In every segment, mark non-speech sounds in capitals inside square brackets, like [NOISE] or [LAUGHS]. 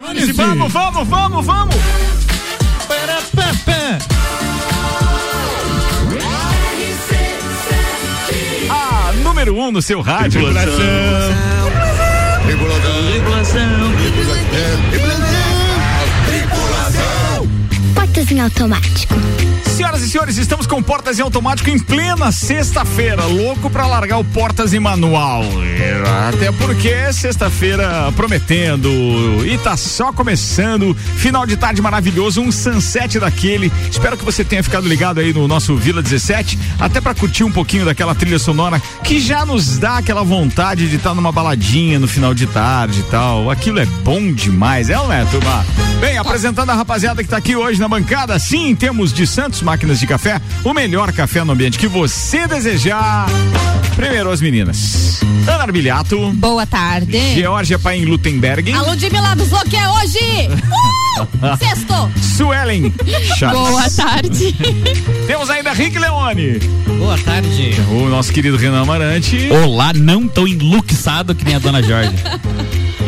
Vamos, vamos, vamos, vamos, vamos! Pera, pé, pé. A número 1 um no seu rádio. Portas em automático. Senhoras e senhores, estamos com Portas em Automático em plena sexta-feira. Louco pra largar o Portas em Manual. Até porque é sexta-feira prometendo e tá só começando. Final de tarde maravilhoso, um sunset daquele. Espero que você tenha ficado ligado aí no nosso Vila 17, até pra curtir um pouquinho daquela trilha sonora que já nos dá aquela vontade de estar numa baladinha no final de tarde e tal. Aquilo é bom demais, é ou não é, turma? Bem, apresentando a rapaziada que tá aqui hoje na bancada, sim, temos de Santos Máquinas de Café, o melhor café no ambiente que você desejar. Primeiro as meninas. Ana Arbilhato, Boa tarde. Georgia Paim Lutemberg, A Ludmilla avisou que é hoje. Uh! Sexto. [LAUGHS] [LAUGHS] Suelen Chaves. Boa tarde. Temos ainda Rick Leone, Boa tarde. o nosso querido Renan Amarante Olá, não tão enluxado que nem a dona Jorge.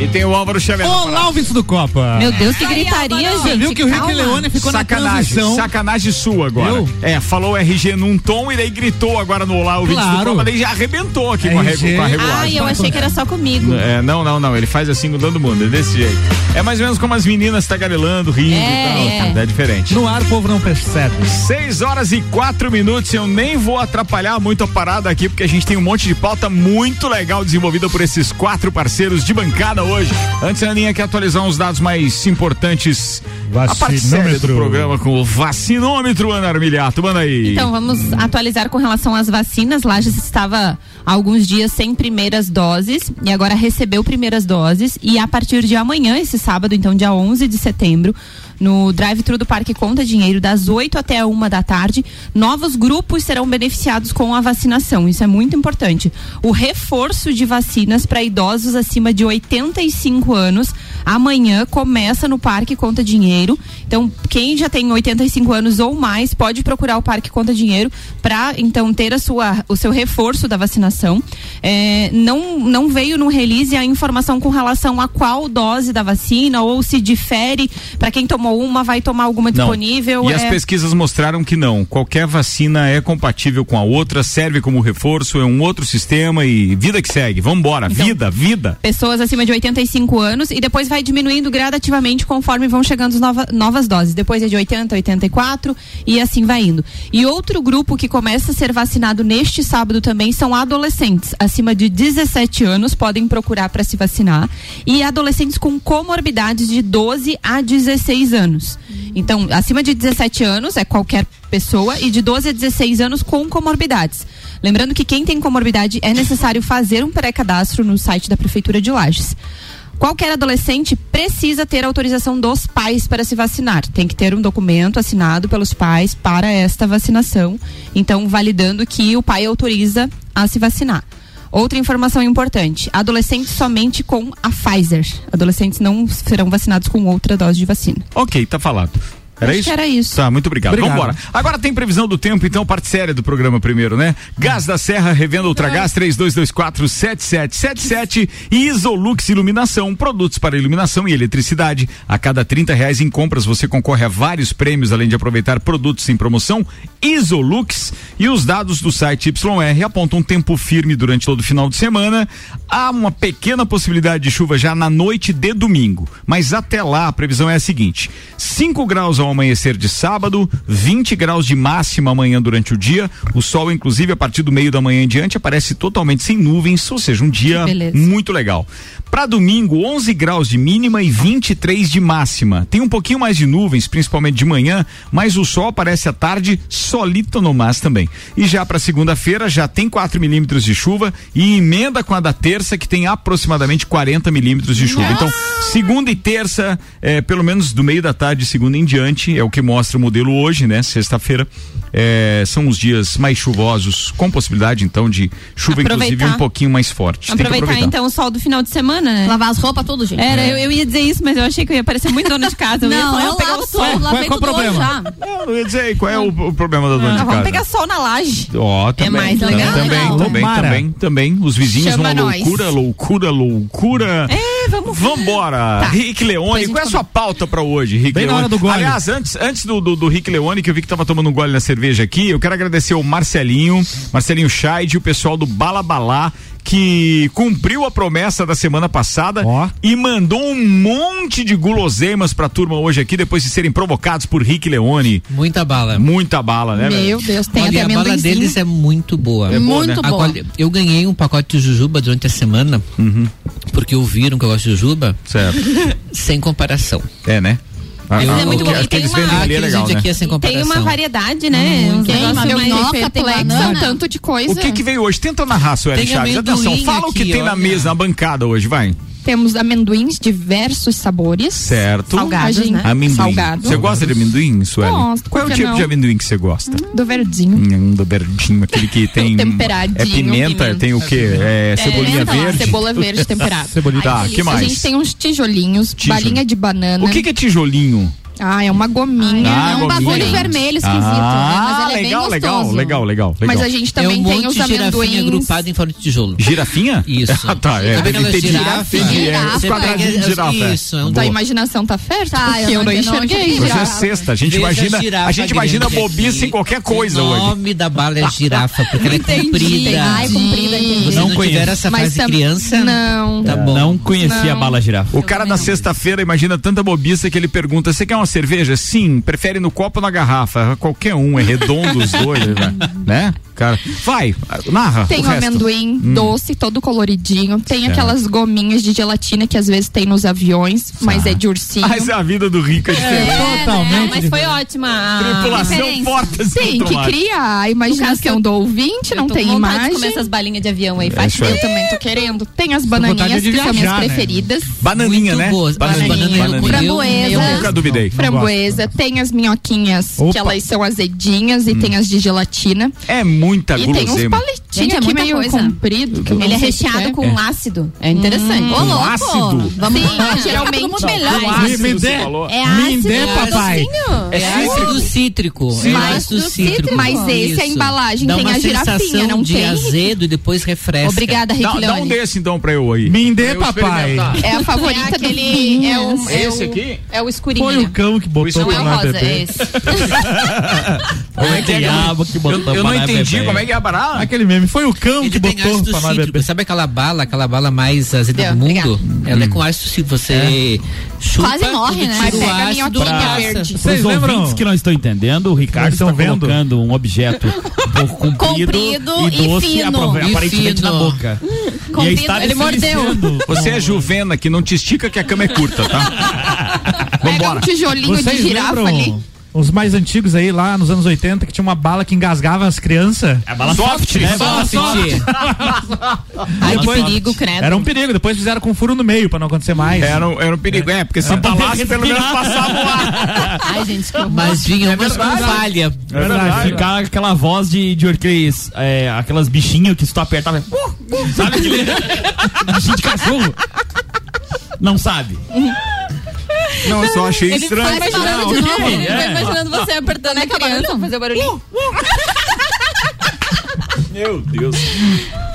e tem o Álvaro Xavier. Olá, ouvintes do Copa. Meu Deus, que Ai, gritaria, Álvaro. gente. Você viu que o Rick Calma. Leone ficou na Sacanagem, transição. sacanagem sua agora. Eu? É, falou RG num tom e daí gritou agora no Olá o vídeo do Claro. programa, daí já arrebentou aqui com a, regu RG. com a regulagem. Ai, eu achei que era só comigo. É, não, não, não. Ele faz assim com todo mundo, é desse jeito. É mais ou menos como as meninas tagarelando, rindo e É, tal. É, diferente. No ar o povo não percebe. Seis horas e quatro minutos, eu nem vou atrapalhar muito a parada aqui, porque a gente tem um monte de pauta muito legal desenvolvida por esses quatro parceiros de bancada hoje. Antes, a Aninha quer atualizar uns dados mais importantes. A parte séria do Vacinômetro. programa com o vacinômetro, Ana Armiliato, manda aí. Então, vamos atualizar com relação às vacinas. Lages estava há alguns dias sem primeiras doses e agora recebeu primeiras doses. E a partir de amanhã, esse sábado, então dia 11 de setembro, no drive-thru do Parque Conta Dinheiro, das 8 até a 1 da tarde, novos grupos serão beneficiados com a vacinação. Isso é muito importante. O reforço de vacinas para idosos acima de 85 anos amanhã começa no Parque Conta Dinheiro. Então, quem já tem 85 anos ou mais pode procurar o Parque Conta Dinheiro para então ter a sua, o seu reforço da vacinação. É, não, não veio no release a informação com relação a qual dose da vacina ou se difere para quem tomou uma vai tomar alguma Não. disponível. E as é- pesquisas mostraram que não. Qualquer vacina é compatível com a outra, serve como reforço, é um outro sistema e vida que segue. Vambora, Então- vida, vida. pessoas acima de 85 anos e depois vai diminuindo gradativamente conforme vão chegando as nova- novas doses. Depois é de 80, 84 e assim vai indo. E outro grupo que começa a ser vacinado neste sábado também são adolescentes acima de 17 anos podem procurar para se vacinar e adolescentes com comorbidades de 12 a 16 anos. Então, acima de 17 anos é qualquer pessoa e de 12 a 16 anos com comorbidades. Lembrando que quem tem comorbidade é necessário fazer um pré-cadastro no site da Prefeitura de Lages. Qualquer adolescente precisa ter autorização dos pais para se vacinar. Tem que ter um documento assinado pelos pais para esta vacinação. Então, validando que o pai autoriza a se vacinar. Outra informação importante: adolescentes somente com a Pfizer. Adolescentes não serão vacinados com outra dose de vacina. Ok, tá falado. Era Acho isso? que era isso. Tá, muito obrigado. Obrigado. Vambora. Agora tem previsão do tempo, então, parte séria do programa primeiro, né? Gás da Serra, revenda Ultragás 32247777 e Isolux Iluminação, produtos para iluminação e eletricidade. A cada 30 reais em compras você concorre a vários prêmios, além de aproveitar produtos em promoção. Isolux e os dados do site YR apontam um tempo firme durante todo o final de semana. Há uma pequena possibilidade de chuva já na noite de domingo, mas até lá a previsão é a seguinte: 5 graus ao amanhecer de sábado, 20 graus de máxima amanhã durante o dia. O sol, inclusive, a partir do meio da manhã em diante, aparece totalmente sem nuvens, ou seja, um dia Que beleza. muito legal. Para domingo, 11 graus de mínima e 23 de máxima. Tem um pouquinho mais de nuvens, principalmente de manhã, mas o sol aparece à tarde solito no mas também. E já para segunda-feira já tem 4 milímetros de chuva e emenda com a da terça que tem aproximadamente 40 milímetros de chuva. Então, segunda e terça, eh, pelo menos do meio da tarde, segunda em diante, é o que mostra o modelo hoje, né? Sexta-feira. eh, são os dias mais chuvosos, com possibilidade então de chuva, inclusive Aproveitar. um pouquinho mais forte. Tem que Aproveitar, então o sol do final de semana, né? Lavar as roupas tudo, gente. Era, É. eu, eu ia dizer isso, mas eu achei que eu ia parecer muito dona de casa. Eu ia Não, falar, eu, vou pegar lavo o sol. tudo, qual lavei é o tudo hoje já. problema? Eu não ia dizer aí qual é o, o problema da dona Ah, de vamos casa. pegar sol na laje. Ó, também, É mais tam- legal, também, legal. também, Tomara. também, também, Os vizinhos Chama uma nós. loucura, loucura, loucura. É vamos. Vambora. Tá. Rick Depois a Leone, gente qual é a fala. sua pauta pra hoje, Rick Bem na Leone? hora do gole. Aliás, antes, antes do, do, do Rick Leone, que eu vi que tava tomando um gole na cerveja aqui, eu quero agradecer o Marcelinho, Marcelinho Scheid e o pessoal do Balabalá, que cumpriu a promessa da semana passada Ó. e mandou um monte de guloseimas pra turma hoje aqui, depois de serem provocados por Rick Leone. Muita bala. Muita bala, né? velho? Meu Deus, tem Olha, até a bala amendoinzinho. deles é muito boa. É boa, né? Muito A bom. qual- eu ganhei um pacote de jujuba durante a semana, porque ouviram que eu gosto de jujuba, Uhum. Certo. sem comparação. É, né? Ah, Eu- ah, é muito o bom. que- E acho que tem eles uma- vendem ali é Aqueles legal, de né? aqui é sem Tem comparação. uma variedade, né? Um Tem uma negócio mais Então, minhoca, tem perplexo, banana. tanto de coisa. O é. que, que veio hoje? Tenta narrar, Sueli Tem Chaves. amendoim Atenção, fala o que aqui, tem na olha. mesa, na bancada hoje, vai. Temos amendoins, diversos sabores. Certo. Salgados, A gente- né? Amendoim. Salgado. Você gosta de amendoim, Sueli? Gosto, por Qual é o que tipo não? de amendoim que você gosta? Do verdinho. Hum, do verdinho, aquele que tem. [LAUGHS] Temperadinho, É pimenta, pimenta. tem o quê? É, cebolinha Pimenta lá, verde. Cebola [LAUGHS] verde temperada. Cebolita. Tá, que A mais? gente tem uns tijolinhos, Tijolo. balinha de banana. O que, que é tijolinho? Ah, é uma gominha. Ah, é um gominha. bagulho vermelho esquisito, ah, né? Mas ele legal, é bem legal, gostoso. legal, legal, legal. Mas a gente É um também tem monte os de girafinha amendoins. agrupada em forma de tijolo. Girafinha? Isso. Ah, [LAUGHS] tá. É, Sabe deve aquelas ter girafa? girafa. é, Girafa. os quadradinhos de Você pega- girafa. é. isso, é Tua um Boa. imaginação tá fértil? Tá, porque eu eu não- não eu não enxerguei. enxerguei Hoje é girafa. sexta, a gente Veja imagina, girafa a gente grande imagina aqui. bobiça em qualquer coisa O hoje. nome da bala é girafa, porque ela é Entendi. comprida. Hum. Ai, comprida, entendi. Você não, conheço. tiver essa Mas fase tam- criança, Não. tá bom. Não conhecia a bala girafa. O cara da sexta-feira imagina tanta bobiça que ele pergunta: você quer uma cerveja? Sim, prefere no copo ou na garrafa? Qualquer um, é redondo os dois, né? né? Cara, vai, narra. Tem o o resto. Hum. amendoim Hum. doce, todo coloridinho. Tem aquelas gominhas de gelatina que às vezes tem nos Tá. aviões, mas é de ursinho. Mas a vida do rico Ah, é diferente. Não, Totalmente. mas foi ótima. Ah, a Tripulação referência. portas Tem que criar a caso que eu- imaginação do ouvinte, não Eu tô tem com vontade de imagem. comer essas balinhas de avião aí. É Faz isso aí. Eu também tô querendo. Tem as vontade bananinhas de que são minhas viajar, né? preferidas. Bananinha, né? boas. Bananinha, Bananinha. eu- Framboesa. eu- Eu nunca duvidei. Framboesa, tem as minhoquinhas, Opa. que elas são azedinhas, e tem as de gelatina. Hum. É muita e tem uns guloseima. paletinhos Gente, é aqui muita meio coisa. comprido. que eu não Ele é sei o que recheado é. com ácido. É Hum. interessante. Com ácido? é Vamos Sim, lá. geralmente. Todo mundo melhor. Com ácido, Me- me você dê. falou. É ácido. dê, papai. docinho. É ácido cítrico. É Mas- ácido do cítrico. cítrico. Mas esse, a embalagem Dá tem uma a girafinha, sensação não de tem? azedo e depois refresca. Obrigada, Rick Dá, dá um Leone. desse então pra eu aí. Mindê, Pra eu papai. experimentar. É a favorita É do aquele. Vinhas. É o, é Esse o- aqui? É o Foi escurinho. o cão que botou Não é pra o lá, rosa, é bebê. esse. Como é que é? Diabo que botou Eu, eu não pra lá, entendi bebê. como é que é a parada. Aquele meme. Foi o cão Ele que tem botou ácido pra lá, cítrico. bebê. Sabe aquela bala, aquela bala mais azeda Deu, do mundo? Ela é com ácido cítrico. Você chupa, Quase morre, quando né? tira Mas o pega a ácido, minhoquinha passa. verde. É. Vocês Os ouvintes lembram? que não estão entendendo, o Ricardo estão está vendo? colocando um [LAUGHS] objeto um pouco comprido, É Comprido e e doce fino. apro- E aparentemente fino. na Hum, boca. E aí Comprido, está ele mordeu. deslizando. Você é juvena que não te estica que a cama é curta, tá? [LAUGHS] Pega um Vambora. tijolinho Vocês de girafa lembram ali. os mais antigos aí, lá nos anos 80, que tinha uma bala que engasgava as crianças? É bala Soft, soft, né? né? Só sentir. Ai, que Depois- perigo, Né? credo. Era um perigo. Depois fizeram com furo no meio pra não acontecer mais. Era um, era um perigo. É, porque se balasse, pelo menos tá um passava lá. Ai, gente, que horror. Mas É vinha umas com verdade. falha. É verdade, ficar aquela voz de, de aqueles, é, aquelas bichinhas que se tu apertava. Uh, uh, sabe aquele. [LAUGHS] bichinho de cachorro? Não sabe. Não, eu só achei Ele estranho. É. vai imaginando de novo. é. né? Vai imaginando você apertando é a criança pra fazer o Uh, barulhinho. Meu Deus.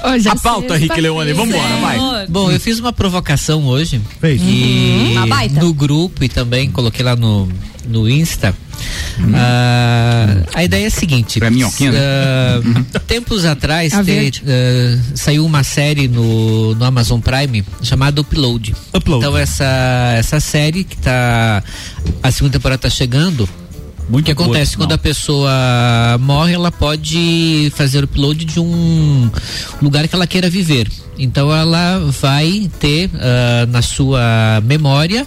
Ô, já A pauta, Rick Leone. né? Vambora, vai. Bom, eu fiz uma provocação hoje. Fez. Uhum. E Uma baita. no grupo e também coloquei lá no, no Insta. Ah, a ideia é a seguinte: Uhum. Pra minhoquinha, né? ah, tempos atrás A te- verde. ah, saiu uma série no, no Amazon Prime chamada Upload. Upload. Então, essa, essa série que tá. A segunda temporada tá chegando. O Muito que boa, acontece? por Quando a sinal. pessoa morre, ela pode fazer upload de um lugar que ela queira viver. Então ela vai ter ah, na sua memória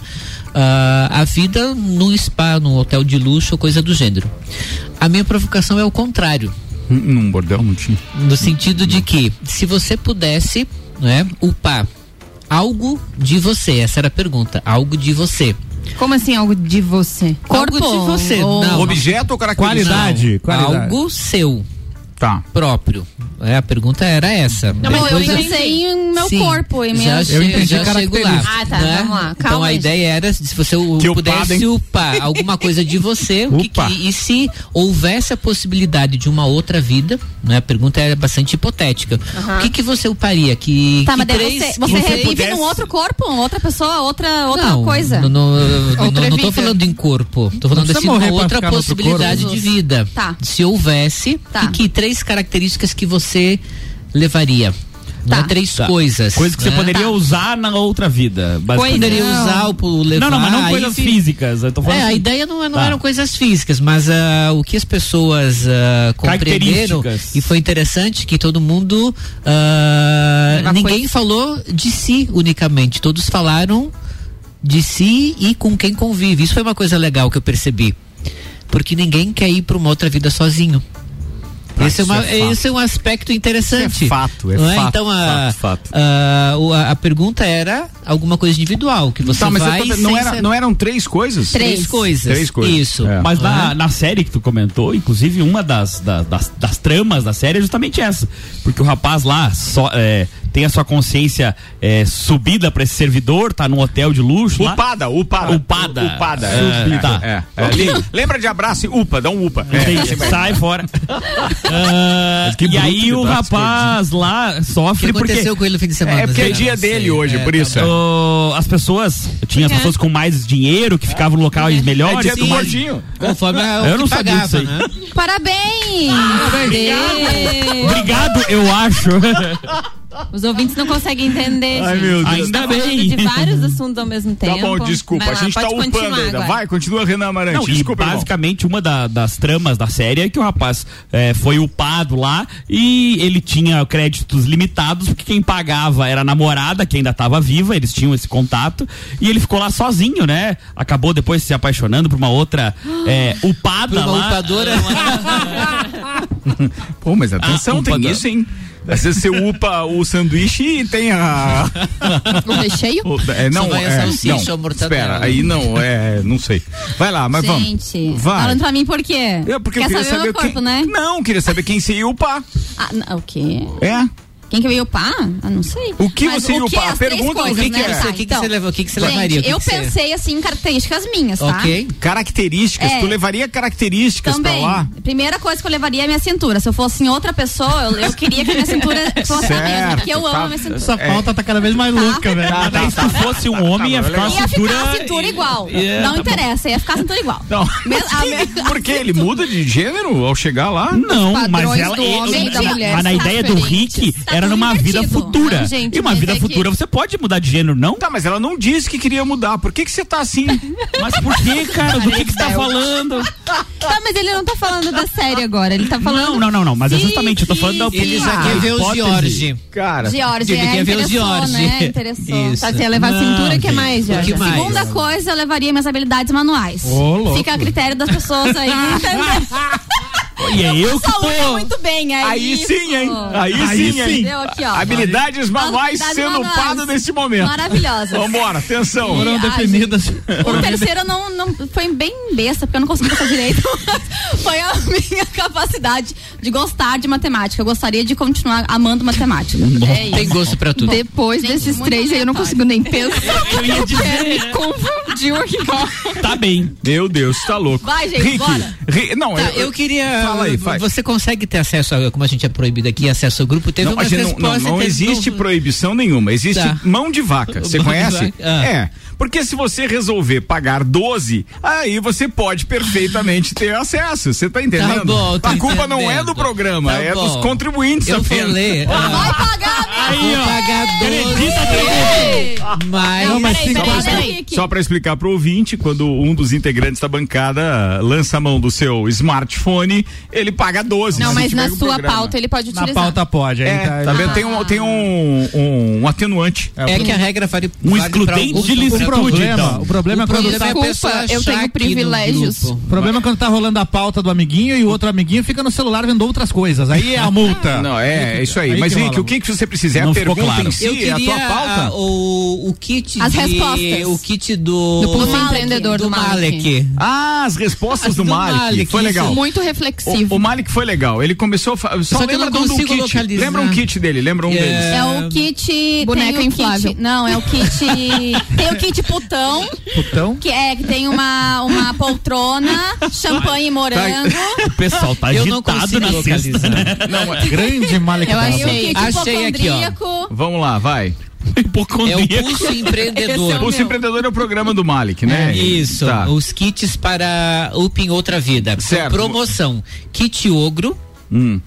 ah, a vida num spa, num hotel de luxo ou coisa do gênero. A minha provocação é o contrário Num bordel não tinha. no sentido de que se você pudesse, né, upar algo de você, essa era a pergunta, algo de você. Como assim algo de você? Corpo algo de você. ou- Não. Objeto ou característica? Qualidade. qualidade. Algo seu Tá. próprio. É, a pergunta era essa. Não, mas eu Depois- pensei em meu o corpo, é já mesmo? chego- entendi já chego lá. característica. Ah, tá, né? vamos lá. então Calma a aí. ideia era se você u- Que upada, pudesse hein? upar alguma coisa de você, o que, Upa. que- e se houvesse a possibilidade de uma outra vida, né? A pergunta é bastante hipotética. O que, que você uparia? Que, Tá, é que mas daí três- você, você que revive pudesse- num outro corpo, outra pessoa, outra, outra não, coisa. Não, não, não- Outra não tô vida. falando em corpo. Tô falando precisa assim, uma morrer pra outra ficar no outro possibilidade corpo. de vida. Tá. Se houvesse, Tá. e que três características que você levaria. Não Tá. é três coisas. Né? Coisa que você né? poderia usar na outra vida. basicamente. poderia usar o o levar. Não, não, mas não aí coisas fi- físicas. Eu tô falando É, a assim, ideia não, é- não Tá. eram coisas físicas, mas ah, o que as pessoas ah, compreenderam Características. e foi interessante que todo mundo ah, Uma ninguém falou de si unicamente, todos falaram de si e com quem convive. Isso foi uma coisa legal que eu percebi, porque ninguém quer ir para uma outra vida sozinho. Esse é, isso uma- é fato. esse é um aspecto interessante. Isso é fato, é não fato, Então a, fato, fato. a- o- a- a pergunta era alguma coisa individual que você Tá, mas eu vai tô- sem não, era, saber- não eram três coisas? Três, coisas. Três coisas. Isso. É. Mas na, Aham. na série que tu comentou, inclusive uma das, da- das, das tramas da série é justamente essa. Porque o rapaz lá só, é, tem a sua consciência é, subida pra esse servidor, tá num hotel de luxo. lá. Upada, upada. Upada. Upada. É, Subida. tá. É, é. Li- Lembra de abraço e upa, dá um upa. Não tem É. isso, sai [LAUGHS] fora. Ah, Mas que e bruto que aí o tá rapaz lá O que sofre porque aconteceu com ele no fim de semana? É porque Zé? é dia Não sei. dele hoje, É, por tá isso. bom. o- as pessoas tinha as pessoas com mais dinheiro que ficavam em locais melhores. É dia do com mais- gordinho. Conforme a, o Eu que não sabia pagava, disso aí. né? Parabéns! Obrigado, eu acho. [LAUGHS] [LAUGHS] Os ouvintes não conseguem entender. Ai, gente. meu Deus. Tá Ainda falando bem. De vários assuntos ao mesmo Tá tempo. bom, desculpa. Vai lá, a gente tá pode upando continuar ainda. agora. Vai, continua, Renan Amarante. Não, e Desculpa, irmão. basicamente uma da- das tramas da série é que o rapaz é, foi upado lá e ele tinha créditos limitados, porque quem pagava era a namorada, que ainda estava viva, eles tinham esse contato, e ele ficou lá sozinho, né? Acabou depois se apaixonando por uma outra é, upada Pra uma lá. upadora, Pô, mas atenção, Ah, tem upa, isso, hein? Às vezes você upa o sanduíche e tem [LAUGHS] a. O recheio? o- é, não, Só vai a é, salsicha não. ou mortadela. né? Espera, aí não, é. Não sei. Vai lá, mas Gente, vamos. Vai. falando pra mim por quê? É, porque eu Quer queria saber o meu corpo, quem... né? Não, queria saber quem se ia upar. Ah, não, o quê? É? Quem que veio upar? Ah, não sei. O que Mas você ia o que upar? as três Pergunta o coisas, que que né? é. Tá, o que que então. você levou? O que que você Gente, levaria? O que eu que você- pensei, assim, em características minhas, tá? ok. Características, É. tu levaria características Também. pra lá? Primeira coisa que eu levaria é minha cintura. Se eu fosse em outra pessoa, eu, eu queria que a minha [LAUGHS] cintura [LAUGHS] fosse a mesma. Certo, Porque eu amo tá. a minha cintura. Essa É, pauta tá cada vez mais louca, velho. Ah, daí se tu fosse um homem, Tá ia ficar a Ia cintura. ficar a cintura igual. É, não tá bom. interessa, ia ficar a cintura igual. Não. Mes- a me- Porque ele muda de gênero ao chegar lá? Não, mas padrões ela. do homem e da mulher mas na são ideia do diferentes. Rick Tá era tudo numa vida invertido. futura. Não, gente, e uma mas vida é que- futura você pode mudar de gênero, não? Tá, mas ela não disse que queria mudar. Por que, que você tá assim? Mas por que, cara? Do que, que você tá falando? Tá, mas ele não tá falando da série agora. Ele tá falando. Não, não, não, não. Mas é Sim, justamente, eu tô falando da sim. Ele opinião. já quer ver o George. Cara. George, Ele é, quer ver os interessou, George. né? Interessou. Isso. Tá, você ia levar a cintura, o que gente. mais, O Jorge? que mais? Segunda coisa, eu levaria minhas habilidades manuais. Fica a critério das pessoas aí. [LAUGHS] E é eu que Saúde tô. muito bem, é Aí isso. sim, hein? Aí, Aí sim, hein? sim. Deu aqui, ó. Tá Habilidades manuais Habilidades sendo manuais. upada neste momento. Maravilhosa. Vambora, atenção. E- Foram Ai, definidas. O terceiro não, não foi bem besta, porque eu não consegui passar direito. [LAUGHS] foi a minha [LAUGHS] capacidade de gostar de matemática. Eu gostaria de continuar amando matemática. É isso. Tem gosto pra tudo. Depois desses muito três aí eu não aleatório. consigo nem pensar. [LAUGHS] Eu ia dizer. Me confundiu um aqui. Tá bem. Meu Deus, tá louco. Vai, gente, Rick, bora. Ri- não, Tá, eu, eu queria. Fala aí, vai. você consegue ter acesso, a, como a gente é proibido aqui, acesso ao grupo? Teve Não, uma a gente não- resposta. não, não, teve- existe proibição nenhuma. Existe Tá. mão de [LAUGHS] vaca. Você Mão de conhece? vaca, ah. É. Porque se você resolver pagar 12, aí você pode perfeitamente ter acesso. Você tá entendendo? Tá bom, tô a culpa não é entendendo. do programa, Tá é dos bom. contribuintes Eu apenas. falei. ah. Vai pagar, meu Aí, vou ó. pagar 12, mas. Não, mas Peraí, tem peraí, quatro- peraí. Henrique. Só para explicar pro ouvinte, quando um dos integrantes da bancada lança a mão do seu smartphone, ele paga 12. Não, se mas tiver na no sua um programa. pauta ele pode Na utilizar. pauta pode. Aí É, tá, tá vendo? Tem um, tem um, um, um atenuante. É que a regra vale. Um vale pra excludente alguns, de não pra O licitude, um todos. problema, então. o problema é O quando problema é a tá, pessoa Desculpa, eu achar tenho que no privilégios. grupo- o problema é quando tá rolando a pauta do amiguinho e o outro amiguinho fica no celular vendo outras coisas. Aí é a multa. [LAUGHS] Não, é, é isso aí. Aí Mas, que Henrique, rola. o que, que você precisa? É a um- Não ficou pergunta em claro. si? Eu é queria a tua pauta? ah, a- o, o kit As de, respostas. O kit do. Do pulso Malek. empreendedor do do Malek. Malek. Ah, as respostas do, do Malik. Malik, Foi isso. legal. Muito reflexivo. O, o Malik foi legal. Ele começou. a fa- Só, Só que eu lembra não do consigo kit. localizar. Lembra um kit dele, lembra um Yeah. deles. É o kit. Boneca tem o inflável. Kit, não, é o kit. tem o kit putão, Então, Putão. que é que tem uma, uma poltrona, champanhe e Tá [LAUGHS] morango. O pessoal tá eu não agitado consigo na sexta. né? localizar. é- Grande Malik Eu Brabo. E o achei. kit Achei aqui, ó. hipocondríaco. Vamos lá, vai. É o Hipocondríaco. pulso empreendedor. Pulso Empreendedor é o programa do Malik, É, né? Isso, Tá. os kits para Up em Outra Vida. Então, Certo. Promoção: kit ogro, Hum.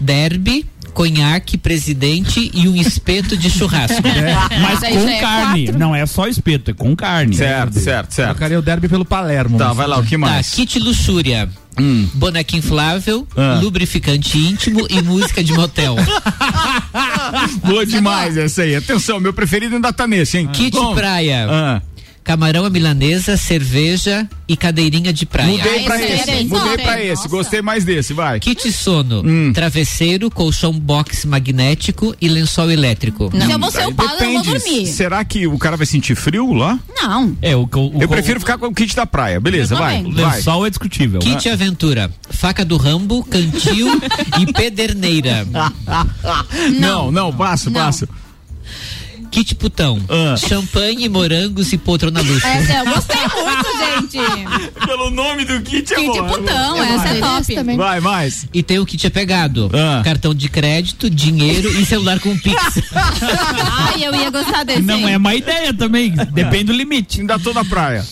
derby, conhaque, presidente e um espeto de [LAUGHS] churrasco. Mas Mas aí já com é carne. Não é só espeto, é com carne. Certo, certo, certo. Trocaria o derby pelo Palermo. Tá, vai lá, o que Tá, mais? kit luxúria. Hum. Boneca inflável, Ah. lubrificante íntimo e música de motel. [LAUGHS] Boa demais essa aí. Atenção, meu preferido ainda tá nesse, hein? Kit Bom. praia, Ah, camarão à milanesa, cerveja e cadeirinha de praia. mudei pra esse aí é esse. bem Mudei top, pra hein? esse. Nossa. Gostei mais desse, vai. Hum. Kit sono, travesseiro, colchão box magnético e lençol elétrico. Hum, Se eu vou tá, ser o Paulo, eu não vou dormir. Será que o cara vai sentir frio lá? Não. É, o, o, o, Eu prefiro ficar com o kit da praia. Beleza, Eu vai. também. Vai. lençol é discutível. né? Kit Aventura, faca do Rambo, cantil [LAUGHS] e pederneira. Não, não, passo, passo. Kit Putão, Ah. champanhe, morangos e poltrona [LAUGHS] luxo. É, é, eu gostei muito, gente. Pelo nome do kit é Kit bom. putão, Eu essa gostei é desse top. também. Vai, mais. E tem o kit apegado, Ah. cartão de crédito, dinheiro e celular com Pix. [LAUGHS] Ai, eu ia gostar [LAUGHS] desse. Não hein? é uma ideia também. Depende do limite. Ainda tô na praia.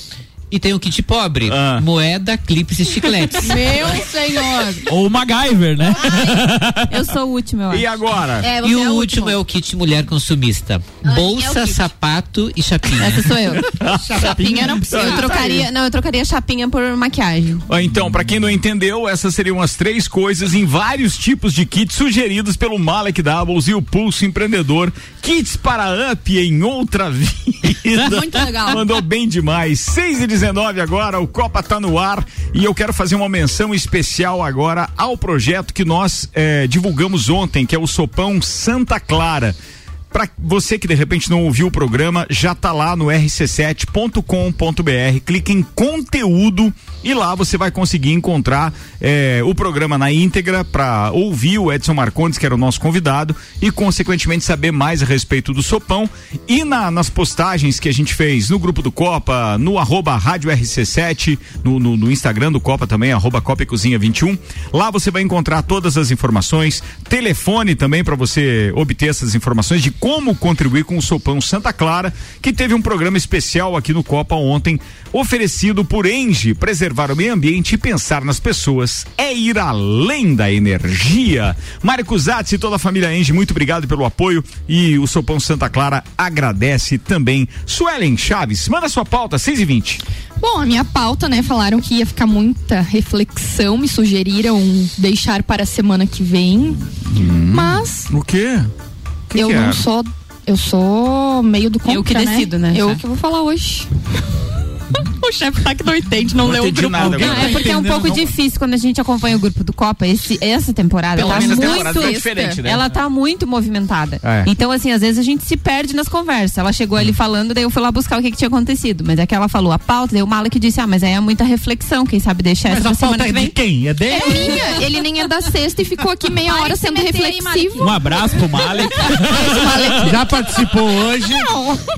E tem o kit pobre, Ah. moeda, clipes e chicletes. Meu senhor. Ou o MacGyver, né? Eu sou o último, eu acho. E agora? É, você E é o último é o kit mulher consumista. Bolsa, sapato e chapinha. Essa sou eu. chapinha eu não precisa. Eu trocaria, não, eu trocaria chapinha por maquiagem. Ah, Então, pra quem não entendeu, essas seriam as três coisas em vários tipos de kits sugeridos pelo Malek Doubles e o Pulso Empreendedor. Kits para up em outra [LAUGHS] vida. Muito legal. Mandou bem demais. 6 e 19 agora, o Copa tá no ar e eu quero fazer uma menção especial agora ao projeto que nós eh, divulgamos ontem, que é o Sopão Santa Clara. Para você que de repente não ouviu o programa, já tá lá no rc7.com.br, clica em conteúdo e lá você vai conseguir encontrar eh, o programa na íntegra para ouvir o Edson Marcondes, que era o nosso convidado, e consequentemente saber mais a respeito do Sopão. E na- nas postagens que a gente fez no grupo do Copa, no arroba Rádio RC7, no, no- no Instagram do Copa também, arroba Copa e Cozinha 21. Lá você vai encontrar todas as informações, telefone também para você obter essas informações de como contribuir com o Sopão Santa Clara, que teve um programa especial aqui no Copa ontem, oferecido por Engie, preservar o meio ambiente e pensar nas pessoas é ir além da energia. Marcos Zatz e toda a família Engie, muito obrigado pelo apoio e o Sopão Santa Clara agradece também. Suelen Chaves, manda sua pauta, 6 e 20 [LAUGHS] Bom, a minha pauta, né? Falaram que ia ficar muita reflexão, me sugeriram deixar para a semana que vem. Hum. Mas O quê? Que é? eu que não era? sou. Eu sou meio do contra, Eu que decido, né, Eu chefe? que vou [LAUGHS] falar hoje. o chefe tá que não entende, não, leu o entendi grupo. nada Alguém- agora. Não, é porque é um entendendo, pouco não. difícil quando a gente acompanha o grupo do Copa. Esse, essa temporada Pelo tá menos a muito. temporada tá diferente, né? Ela tá muito movimentada. É. Então, assim, às vezes a gente se perde nas conversas. Ela chegou ali falando, daí eu fui lá buscar o que, que tinha acontecido. Mas é que ela falou a pauta, daí o Malek disse: Ah, mas aí é muita reflexão, quem sabe deixar Mas essa a pra pauta semana é que de vem. quem? É dele? É minha, ele nem é da sexta e ficou aqui meia Para hora de se sendo meter aí, reflexivo. Um abraço pro [LAUGHS] Malek. Já participou hoje?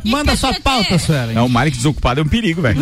Manda sua pauta, Suelen. É, o Malik desocupado é um perigo, velho.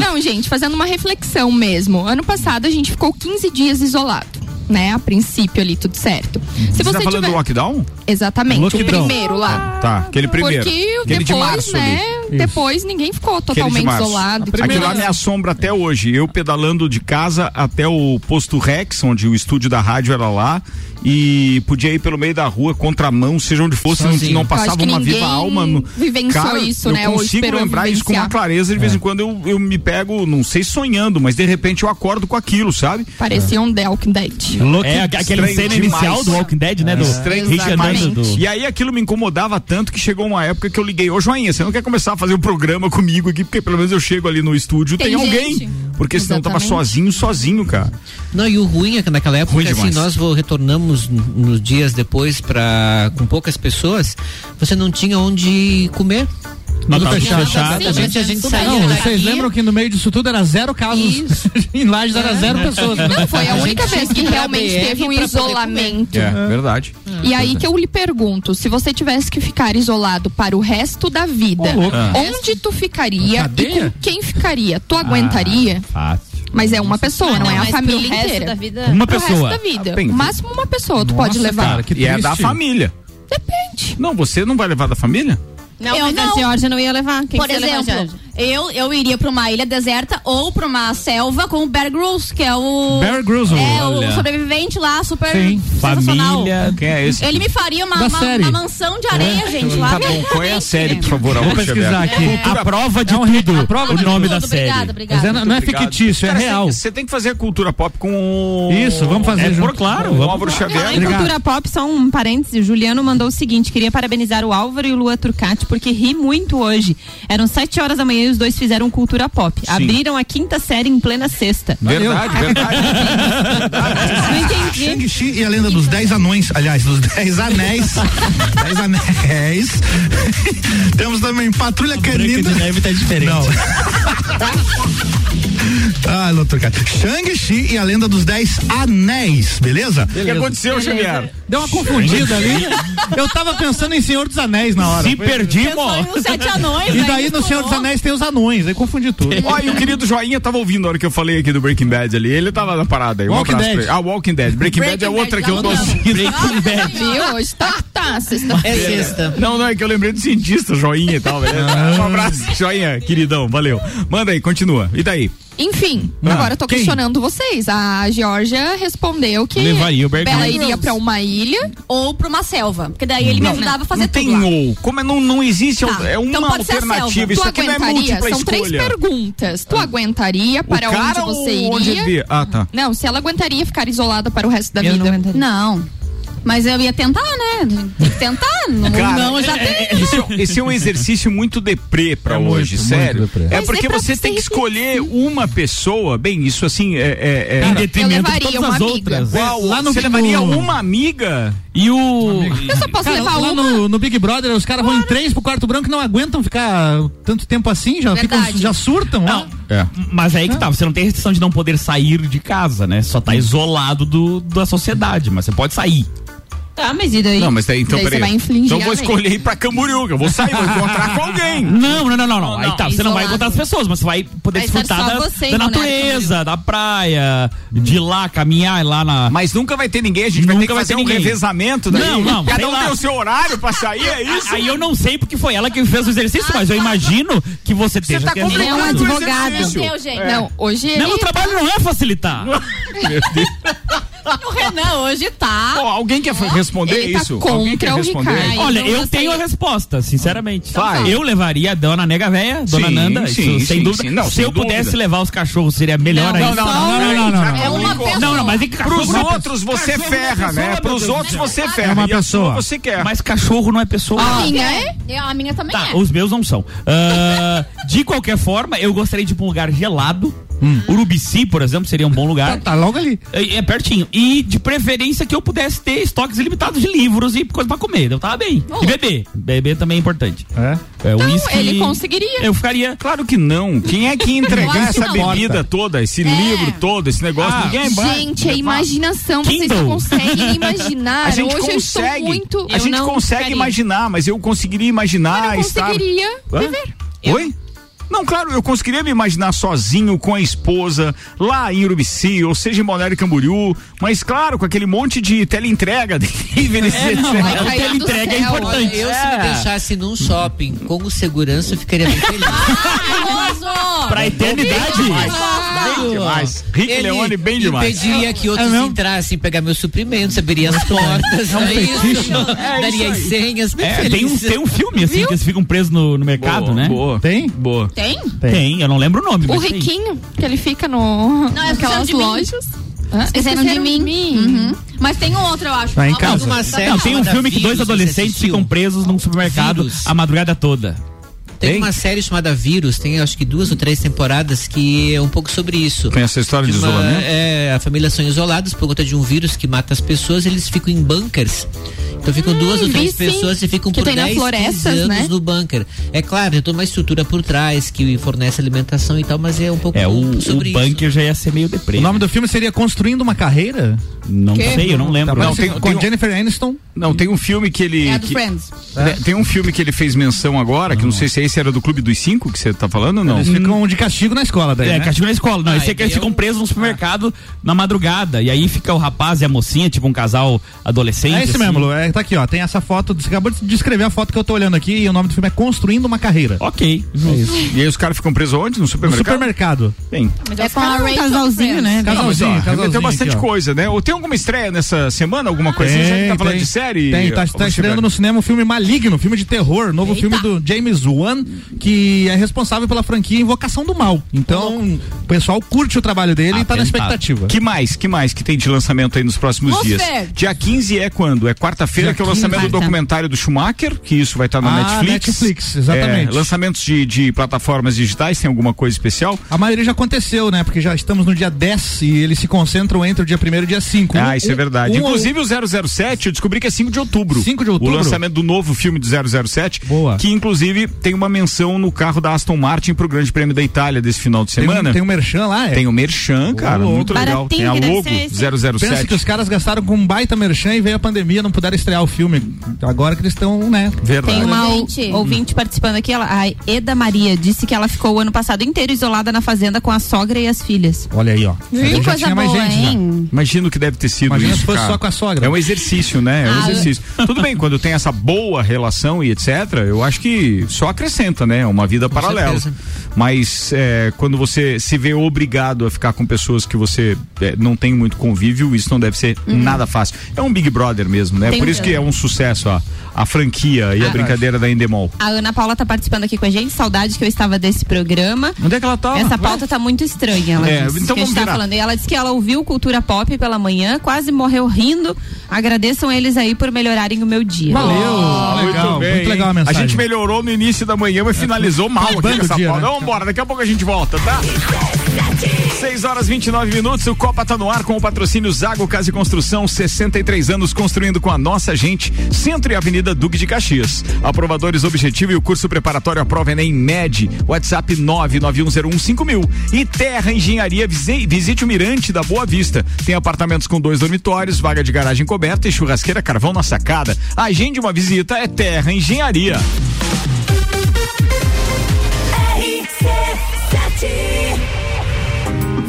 Não, gente, fazendo uma reflexão mesmo. Ano passado a gente ficou 15 dias isolado, né? A princípio ali, tudo certo. Se Você tá falando do lockdown? Exatamente, Lockdown. o primeiro lá. Tá, aquele primeiro. Porque aquele depois, de março né? ali. Depois ninguém ficou Aquele de totalmente março. isolado. tipo, Aquilo lá me assombra até hoje. Eu pedalando de casa até o posto Rex, onde o estúdio da rádio era lá, e podia ir pelo meio da rua, contramão, seja onde fosse, não, Sozinho. não Eu acho passava que uma ninguém viva alma. no- vivenciou Cara, isso, eu né? Ou consigo esperou lembrar isso com vivenciar. É. uma clareza. De vez em quando eu, eu me pego, não sei, sonhando, mas de repente eu acordo com aquilo, sabe? Parecia um The Walking Dead. É aqu- aquela Estranho cena demais. É. inicial do Walking Dead, né? Do Estranho Rick andando demais. do. E aí aquilo me incomodava tanto que chegou uma época que eu liguei, ô Joinha, você não quer começar a fazer um programa comigo aqui, porque pelo menos eu chego ali no estúdio, tem, Tem alguém. gente. Porque senão eu tava Exatamente. sozinho, sozinho, cara. [LAUGHS] Não, e o ruim é que naquela época, Ruim assim, demais. nós vo- retornamos n- nos dias depois para com poucas pessoas, você não tinha onde comer. Natal tá tudo fechado. tá fechado. né? Exatamente, a gente saiu Não, daqui. vocês lembram que no meio disso tudo era zero casos? [LAUGHS] em Lages era zero pessoas. né? Não, [LAUGHS] foi a, A única gente vez que tinha que ir pra realmente BR teve um É. pra poder comer. isolamento. É, verdade. E aí que eu lhe pergunto, se você tivesse que ficar isolado para o resto da vida, Ô, louco. Ah. onde tu ficaria e Cadeia? com quem ficaria? Tu aguentaria? Ah, Ah. Fácil. Mas é uma pessoa, não é a Ah, mas pro família resto inteira. da vida. é Uma Pro resto pessoa. da vida. Depende. Máximo uma pessoa tu pode Nossa, levar. cara, que Ah, e é triste. da família. Depende. Não, você não vai levar da família? Não, Eu mas não. a Georgia não ia levar. Quem Por que você ia levar, exemplo, Georgia? eu, eu iria pra uma ilha deserta ou pra uma selva com o Bear Grylls, que é o. Bear Grylls, É, olha. o sobrevivente lá, super Sim. sensacional. Família. Quem é esse? Ele me faria uma, Da uma- série. uma mansão de areia, gente, Tá lá. bom, qual é a série, por favor? É Vou Alô, pesquisar Xavier? aqui. A prova de É um re- tudo. a prova o de nome da Tudo, série. Obrigada, Mas é- obrigada. não é Obrigado. fictício, é Cara, você real. tem- Você tem que fazer cultura pop com. Isso, vamos fazer É, junto. por- claro, Com o vamos. Álvaro Falar Xavier. em Obrigado. cultura pop, só um parêntese. O Juliano mandou o seguinte: queria parabenizar o Álvaro e o Lua Turcati, porque ri muito hoje. Eram sete horas da manhã e os dois fizeram cultura pop. Abriram a quinta série em plena sexta. Verdade, [LAUGHS] [LAUGHS] verdade. Não entendi. Shang-Chi e a lenda dos Dez Anões, aliás, dos Dez Anéis. Dez Anéis. Temos também Patrulha Canina. neve tá diferente. Não. ah, outro cara. Shang-Chi e a lenda dos Dez Anéis, beleza? O que aconteceu, Xavier? Deu uma confundida ali. Eu tava pensando em Senhor dos Anéis na hora. Se perdi, Foi mo. os sete anões. E né, daí que no Senhor dos falou. Anéis tem os anões, aí confundi [LAUGHS] tudo. Ó, e o querido Joinha tava ouvindo a hora que eu falei aqui do Breaking Bad ali. Ele tava na parada aí. Um Walking abraço Dead. pra ele. Ah, Walking Dead. Breaking, Bad é Breaking outra Bad, que eu lá dou. não. Breaking Bad. Viu? Hoje tá, tá, sexta-feira. É sexta. Ah. Não, não, é que eu lembrei do cientista, Joinha e [LAUGHS] tal, beleza? Um abraço, Joinha, queridão, valeu. Manda aí, continua. E daí? Enfim, Ah, agora eu tô quem? questionando vocês. A Georgia respondeu que Levaria o Bear ela Grylls. iria pra uma ilha. Ou pra uma selva. Porque daí ele me ajudava a fazer não tem tudo. lá. ou. Como é, não, não existe, Tá, é uma então pode ser a alternativa. selva. Isso tu aqui não é aguentaria? múltipla São três escolha. Ah. perguntas. Tu aguentaria O para onde cara você ou onde iria? ele ia? Ah, tá. Não, se ela aguentaria ficar isolada para o resto da Eu não vida. aguentaria. Não. Mas eu ia tentar, né? Tem [LAUGHS] que tentar. Não, Cara, não, eu já é- tenho. é- esse, é, um- esse é um exercício muito deprê pra É muito, hoje, muito sério. deprê. É Mas porque é pra você você tem que escolher uma pessoa, bem, isso assim é. é- é- Em eu detrimento de levaria todas uma as amiga. outras. Uau, lá no- você levaria no- uma amiga? E o. Eu só posso Cara, levar lá uma. no, no Big Brother, os caras vão em três pro quarto branco e não aguentam ficar tanto tempo assim, já, ficam, Verdade. já surtam lá. Não. É. Mas aí que tá, você não tem restrição de não poder sair de casa, né? Só tá isolado do, da sociedade, mas você pode sair. Tá, mas e daí? Não, mas daí, então, Daí você peraí. vai infligir Então eu vou a lei. escolher ir pra Camboriú, eu vou sair, vou encontrar com alguém. [LAUGHS] Não, não, não, não, não. Aí tá, você não vai isolado. encontrar as pessoas, mas você vai poder Vai estar desfrutar só da, você, da né, natureza, da praia, de ir lá, caminhar lá na. Mas nunca vai ter ninguém, a gente vai Nunca ter que vai fazer ter um ninguém. revezamento. Daí. Não, não, Cada sei um lá. tem o seu horário pra sair, é isso? Ah, tá. Aí eu não sei porque foi ela que fez o exercício, mas eu imagino que você Você esteja tá querendo- complicando Ele é um o advogado. exercício. Meu Deus, gente. Não, hoje ele Não, o trabalho não é facilitar. O Renan hoje Ó, tá. alguém quer fa- responder Ele tá isso? contra alguém quer o responder? Ricardo. Ai, Olha, não eu gostei. tenho a resposta, sinceramente. Vai. Eu levaria a dona Nega Véia, dona Sim, Nanda, sim, isso, sem sim, dúvida. sim. Não, Se sem eu pudesse dúvida. levar os cachorros, seria melhor Não, ainda. não, não, não, não, não, não. É uma pessoa. Não, não, mas é que cachorro Pros não é pessoa. outros você Cachorro não é ferra, pessoa, né? meu Pros Deus do outros céu. você ferra. uma E a pessoa. sua Você quer. Mas cachorro não é pessoa. Ah, A minha é? Eu- A minha também Tá, é. os meus não são. Ah, de qualquer forma, eu gostaria de ir pra um lugar gelado. Hum. Urubici, por exemplo, seria um bom Tá, lugar. tá logo ali. É, é pertinho. E de preferência que eu pudesse ter estoques ilimitados de livros e coisa pra comer. Eu tava bem. E beber. Beber também é importante. É, Então, uísque- ele conseguiria. Eu ficaria. Claro que não. Quem é que [LAUGHS] ia Eu entregar acho essa que não. bebida toda, esse livro todo, esse negócio? Ah, Ninguém vai. É. Gente, a imaginação, vocês Kindle. [LAUGHS] não conseguem imaginar. A gente hoje consegue. eu estou muito. a Eu gente não consegue ficaria. imaginar, mas eu conseguiria eu imaginar não estar. conseguiria Hã? viver. Oi? Não, claro, eu conseguiria me imaginar sozinho com a esposa lá em Urubici, ou seja, em Balneário Camboriú, mas claro, com aquele monte de teleentrega, [LAUGHS] É, delivery, etc. Vai cair tele do entrega é céu, importante. É. olha. Eu, se me deixasse num shopping com segurança, eu ficaria muito feliz. Famoso. Pra eternidade? Bem demais. é Rick Ele Leone, bem demais. impediria que outros mesmo? entrassem, pegar meus suprimentos, abriria as portas, [LAUGHS] é isso, daria as senhas. bem É, tem, um, feliz. tem um filme assim que eles ficam presos no, no mercado, Boa, né? Boa. Tem? Boa. Tem? Tem, eu não lembro o nome. O mas tem. riquinho, que ele fica no, Não, é naquelas esqueceram de mim. lojas. Hã? Esqueceram de mim. Uhum. Mas tem um outro, eu acho. Tá em Uma- casa. uma- série Não, tem um chamada filme que dois Vírus, adolescentes você assistiu? ficam presos num supermercado Vírus. a madrugada toda. Tem Tem? uma série chamada Vírus, tem acho que duas ou três temporadas que é um pouco sobre isso. Tem essa história de Uma- isolamento? é, a família são isoladas por conta de um vírus que mata as pessoas, eles ficam em bunkers. Então ficam duas ou três Hum, vi sim, pessoas e ficam que por tem na 10, 15 florestas, anos né? no bunker. É claro, tem toda uma estrutura por trás que fornece alimentação e tal, mas é um pouco É, o, sobre o isso. bunker já ia ser meio deprê. né? O nome do filme seria Construindo uma Carreira? Não sei, eu não lembro. Não, Não, tem- com tem um- Jennifer Aniston. Não, tem um filme que ele. É a do que- Friends. né, Tem um filme que ele fez menção agora, que não Ah. sei se é esse era do Clube dos Cinco que você tá falando ou não. Eles ficam de castigo na escola daí, É, né? castigo na escola. Não, Ah, esse é e que eles daí ficam eu- presos no supermercado na madrugada. E aí fica o rapaz e a mocinha, tipo um casal adolescente. É isso assim. mesmo, Lu. É, tá aqui, ó. Tem essa foto. Você acabou de descrever a foto que eu tô olhando aqui e o nome do filme é Construindo uma Carreira. Ok. É E aí os caras ficam presos onde? No No supermercado? supermercado. Bem. É com a Um Rachel casalzinho, Friends. né? Não, mas, ó, Casalzinho, casalzinho. tem bastante aqui, ó. coisa, né? Ou tem alguma estreia nessa semana? Alguma coisa? Tem, já que tá falando tem. de série? Tem, tá, tá Ô, estreando no cinema um filme maligno, filme de terror, novo filme do James Wan, que é responsável pela franquia Invocação do Mal. Então, o pessoal curte o trabalho dele e tá na Atentado. expectativa. Que mais? Que mais que tem de lançamento aí nos próximos dias? ver. Dia 15 é quando? É quarta-feira Dia que é o 15, lançamento do quarta. documentário do Schumacher, que isso vai estar na Ah, Netflix. Netflix, exatamente. É, lançamentos de, de plataformas digitais, tem alguma coisa especial? A maioria já aconteceu, né? Porque já estamos no dia 10 e eles se concentram entre o dia 1 e o dia 5. ah, isso é verdade. um- Inclusive o 007, eu descobri que é 5 de outubro. 5 de O outubro? lançamento do novo filme do 007. Boa. Que inclusive tem uma menção no carro da Aston Martin pro Grande Prêmio da Itália desse final de Tem um, semana. tem um merchan lá, é. Tem o Merchan, cara, louco. muito legal. Tem a Baratinho que deve logo ser esse. Pensa 007. que os caras gastaram com um baita merchan e veio a pandemia, não puderam estrear o filme. Agora que eles estão, né? Verdade. Tem uma ou- Gente. ouvinte participando aqui, ela, a Eda Maria disse que ela ficou o ano passado inteiro isolada na fazenda com a sogra e as filhas. Olha aí, ó. Mas Que já coisa tinha mais boa, gente já. hein? Imagino que deve ter sido Imagina isso, se fosse cara. só com a sogra. É um exercício, né? É um Ah, exercício. Tudo bem, quando tem essa boa relação e etc, eu acho que só acrescenta, né? É Uma vida paralela. certeza. Mas é, quando você se vê obrigado a ficar com pessoas que você é, não tem muito convívio, isso não deve ser Uhum. nada fácil. É um Big Brother mesmo, né? Tem Por isso que é mesmo. um sucesso a, a franquia Ah, e a brincadeira da Endemol. A Ana Paula tá participando aqui com a gente, saudade que eu estava desse programa. Onde é que ela tá? Essa pauta tá muito estranha, ela É, disse, então que a vamos gente tá virar. falando. E ela disse que ela ouviu Cultura Pop pela manhã, quase morreu rindo. Agradeçam eles aí por melhorarem o meu dia. Valeu! Muito, legal, bem, muito legal a hein? mensagem. É, gente melhorou no início da manhã, mas finalizou mal aqui Acabando com essa o dia, pauta. né? Vamos embora, daqui a pouco a gente volta, tá? 6 horas 29 minutos, o Copa tá no ar com o patrocínio Zago Casa e Construção, 63 anos construindo com a nossa gente, Centro e Avenida Duque de Caxias. Aprovadores Objetivo e o curso preparatório à prova Enem MED, WhatsApp 991015000. E Terra Engenharia, visi- visite o Mirante da Boa Vista. Tem apartamentos com dois dormitórios, vaga de garagem coberta e churrasqueira carvão na sacada. Agende uma visita, é Terra Engenharia.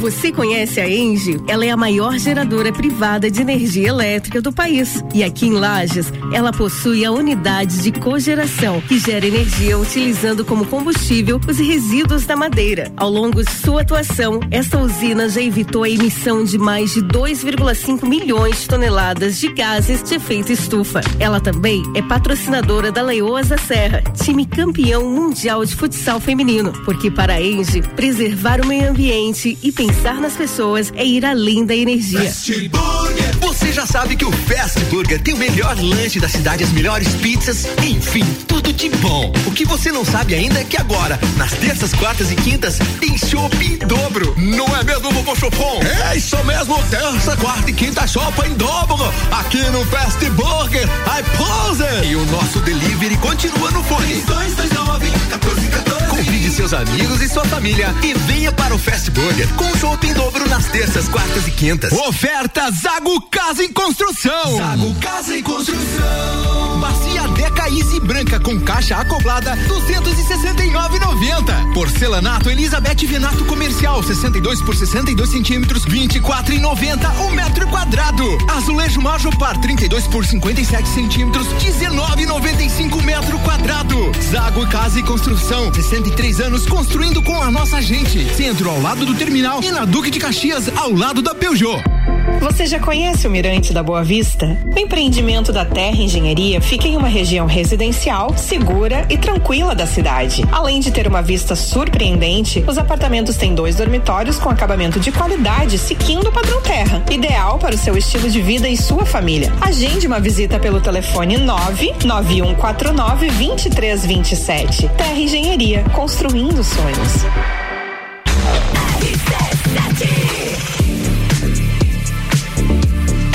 Você conhece a Engie? Ela é a maior geradora privada de energia elétrica do país. E aqui em Lages, ela possui a unidade de cogeração, que gera energia utilizando como combustível os resíduos da madeira. Ao longo de sua atuação, esta usina já evitou a emissão de mais de 2,5 milhões de toneladas de gases de efeito estufa. Ela também é patrocinadora da Leoas da Serra, time campeão mundial de futsal feminino. Porque para a Engie, preservar o meio ambiente e pensar nas pessoas é ir além da energia. Você já sabe que o Fast Burger tem o melhor lanche da cidade, as melhores pizzas, enfim, tudo de bom. O que você não sabe ainda é que agora, nas terças, quartas e quintas, tem chopp em dobro. Não é mesmo, vovô Chopon? É isso mesmo, terça, quarta e quinta, chopp em dobro. Aqui no Fast Burger, I pose! E o nosso delivery continua no fone. Convide seus amigos e sua família e venha para o Fast Burger com chopp em dobro nas terças, quartas e quintas. Oferta Zago Casa em Construção. Zago Casa e Construção. Bacia Deca Easy Branca com caixa acoplada 269,90. Porcelanato Elizabeth Venato Comercial 62 por 62 centímetros 24,90 um metro quadrado. Azulejo Majopar 32 por 57 centímetros 19,95 metro quadrado. Zago Casa e Construção 63 anos construindo com a nossa gente. Centro ao lado do terminal e na Duque de Caxias ao lado da Peugeot. Você já conhece o Mirante da Boa Vista? O empreendimento da Terra Engenharia fica em uma região residencial, segura e tranquila da cidade. Além de ter uma vista surpreendente, os apartamentos têm dois dormitórios com acabamento de qualidade, seguindo o padrão Terra, ideal para o seu estilo de vida e sua família. Agende uma visita pelo telefone 99149 2327. Terra Engenharia, construindo sonhos.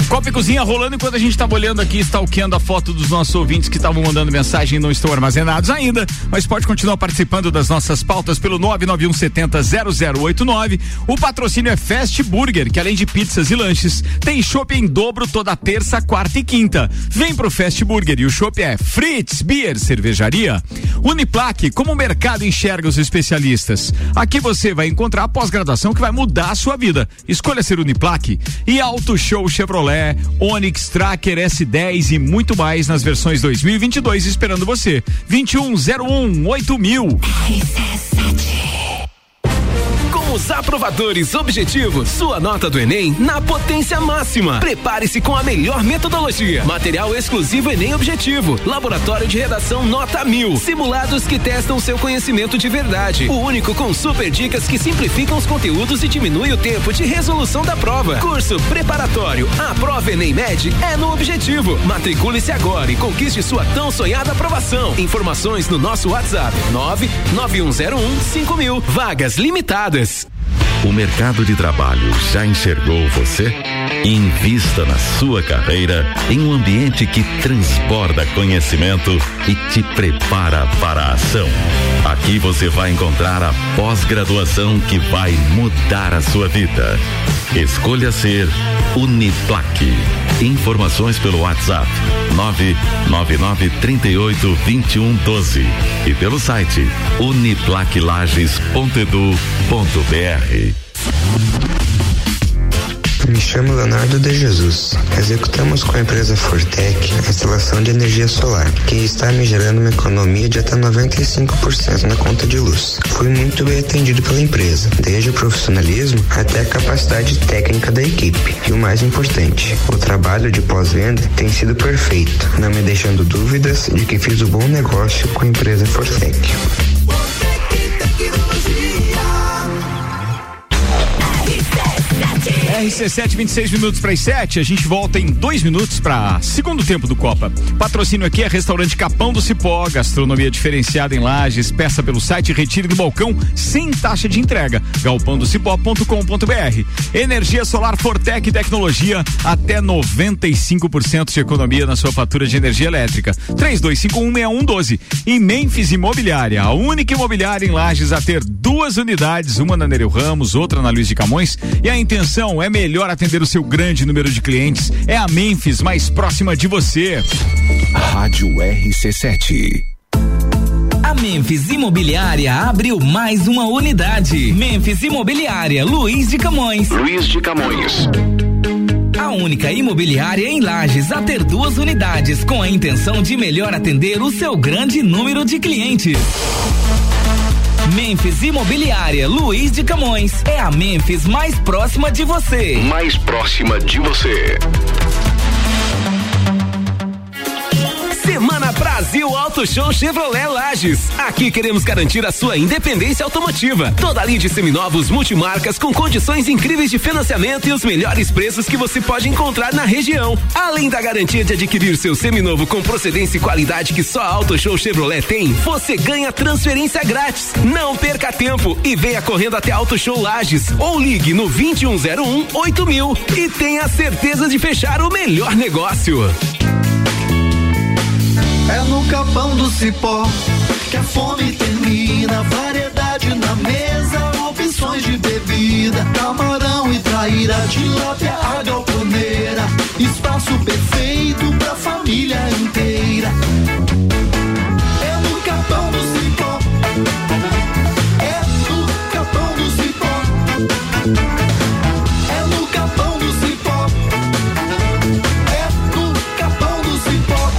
Copa Copa e Cozinha rolando enquanto a gente tava olhando aqui, stalkeando a foto dos nossos ouvintes que estavam mandando mensagem e não estão armazenados ainda, mas pode continuar participando das nossas pautas pelo 991700089. O patrocínio é Fast Burger, que além de pizzas e lanches, tem chopp em dobro toda terça, quarta e quinta. Vem pro Fast Burger e o chopp é Fritz Beer Cervejaria. Uniplaque, como o mercado enxerga os especialistas? Aqui você vai encontrar a pós-graduação que vai mudar a sua vida. Escolha ser Uniplaque e Auto Show Chevrolet, Onix Tracker S10 e muito mais nas versões 2022 esperando você. 2101 8000. Com os aprovadores Objetivo, sua nota do Enem na potência máxima. Prepare-se com a melhor metodologia. Material exclusivo Enem Objetivo. Laboratório de redação nota mil. Simulados que testam seu conhecimento de verdade. O único com super dicas que simplificam os conteúdos e diminui o tempo de resolução da prova. Curso preparatório. A prova Enem Med é no Objetivo. Matricule-se agora e conquiste sua tão sonhada aprovação. Informações no nosso WhatsApp 99101 5000. Vagas limitadas. O mercado de trabalho já enxergou você? Invista na sua carreira em um ambiente que transborda conhecimento e te prepara para a ação. Aqui você vai encontrar a pós-graduação que vai mudar a sua vida. Escolha ser Uniplaque. Informações pelo WhatsApp 999382112 e pelo site uniplaquilages.edu.br. Me chamo Leonardo de Jesus. Executamos com a empresa Fortec a instalação de energia solar, que está me gerando uma economia de até 95% na conta de luz. Fui muito bem atendido pela empresa, desde o profissionalismo até a capacidade técnica da equipe. E o mais importante, o trabalho de pós-venda tem sido perfeito, não me deixando dúvidas de que fiz o um bom negócio com a empresa Fortec. RC7, 26 minutos para as 7. A gente volta em dois minutos para segundo tempo do Copa. Patrocínio aqui é Restaurante Capão do Cipó, gastronomia diferenciada em lajes. Peça pelo site Retire do Balcão sem taxa de entrega. galpandocipó.com.br. Energia Solar Fortec Tecnologia, até 95% de economia na sua fatura de energia elétrica. 32516112. E Memphis Imobiliária, a única imobiliária em lajes a ter duas unidades, uma na Nereu Ramos, outra na Luiz de Camões. E a intenção é melhor atender o seu grande número de clientes. É a Memphis mais próxima de você. Rádio RC7. A Memphis Imobiliária abriu mais uma unidade. Memphis Imobiliária, Luiz de Camões. Luiz de Camões. A única imobiliária em Lages a ter duas unidades com a intenção de melhor atender o seu grande número de clientes. Memphis Imobiliária Luiz de Camões é a Memphis mais próxima de você. Mais próxima de você. Semana Brasil Auto Show Chevrolet Lages. Aqui queremos garantir a sua independência automotiva. Toda a linha de seminovos multimarcas com condições incríveis de financiamento e os melhores preços que você pode encontrar na região. Além da garantia de adquirir seu seminovo com procedência e qualidade que só a Auto Show Chevrolet tem, você ganha transferência grátis. Não perca tempo e venha correndo até Auto Show Lages ou ligue no 2101 8000 e tenha certeza de fechar o melhor negócio. É no capão do cipó que a fome termina. Variedade na mesa, opções de bebida, camarão e traíra, de lápia a galponeira. Espaço perfeito pra família inteira. É no capão do cipó. É no capão do cipó. É no capão do cipó. É no capão do cipó.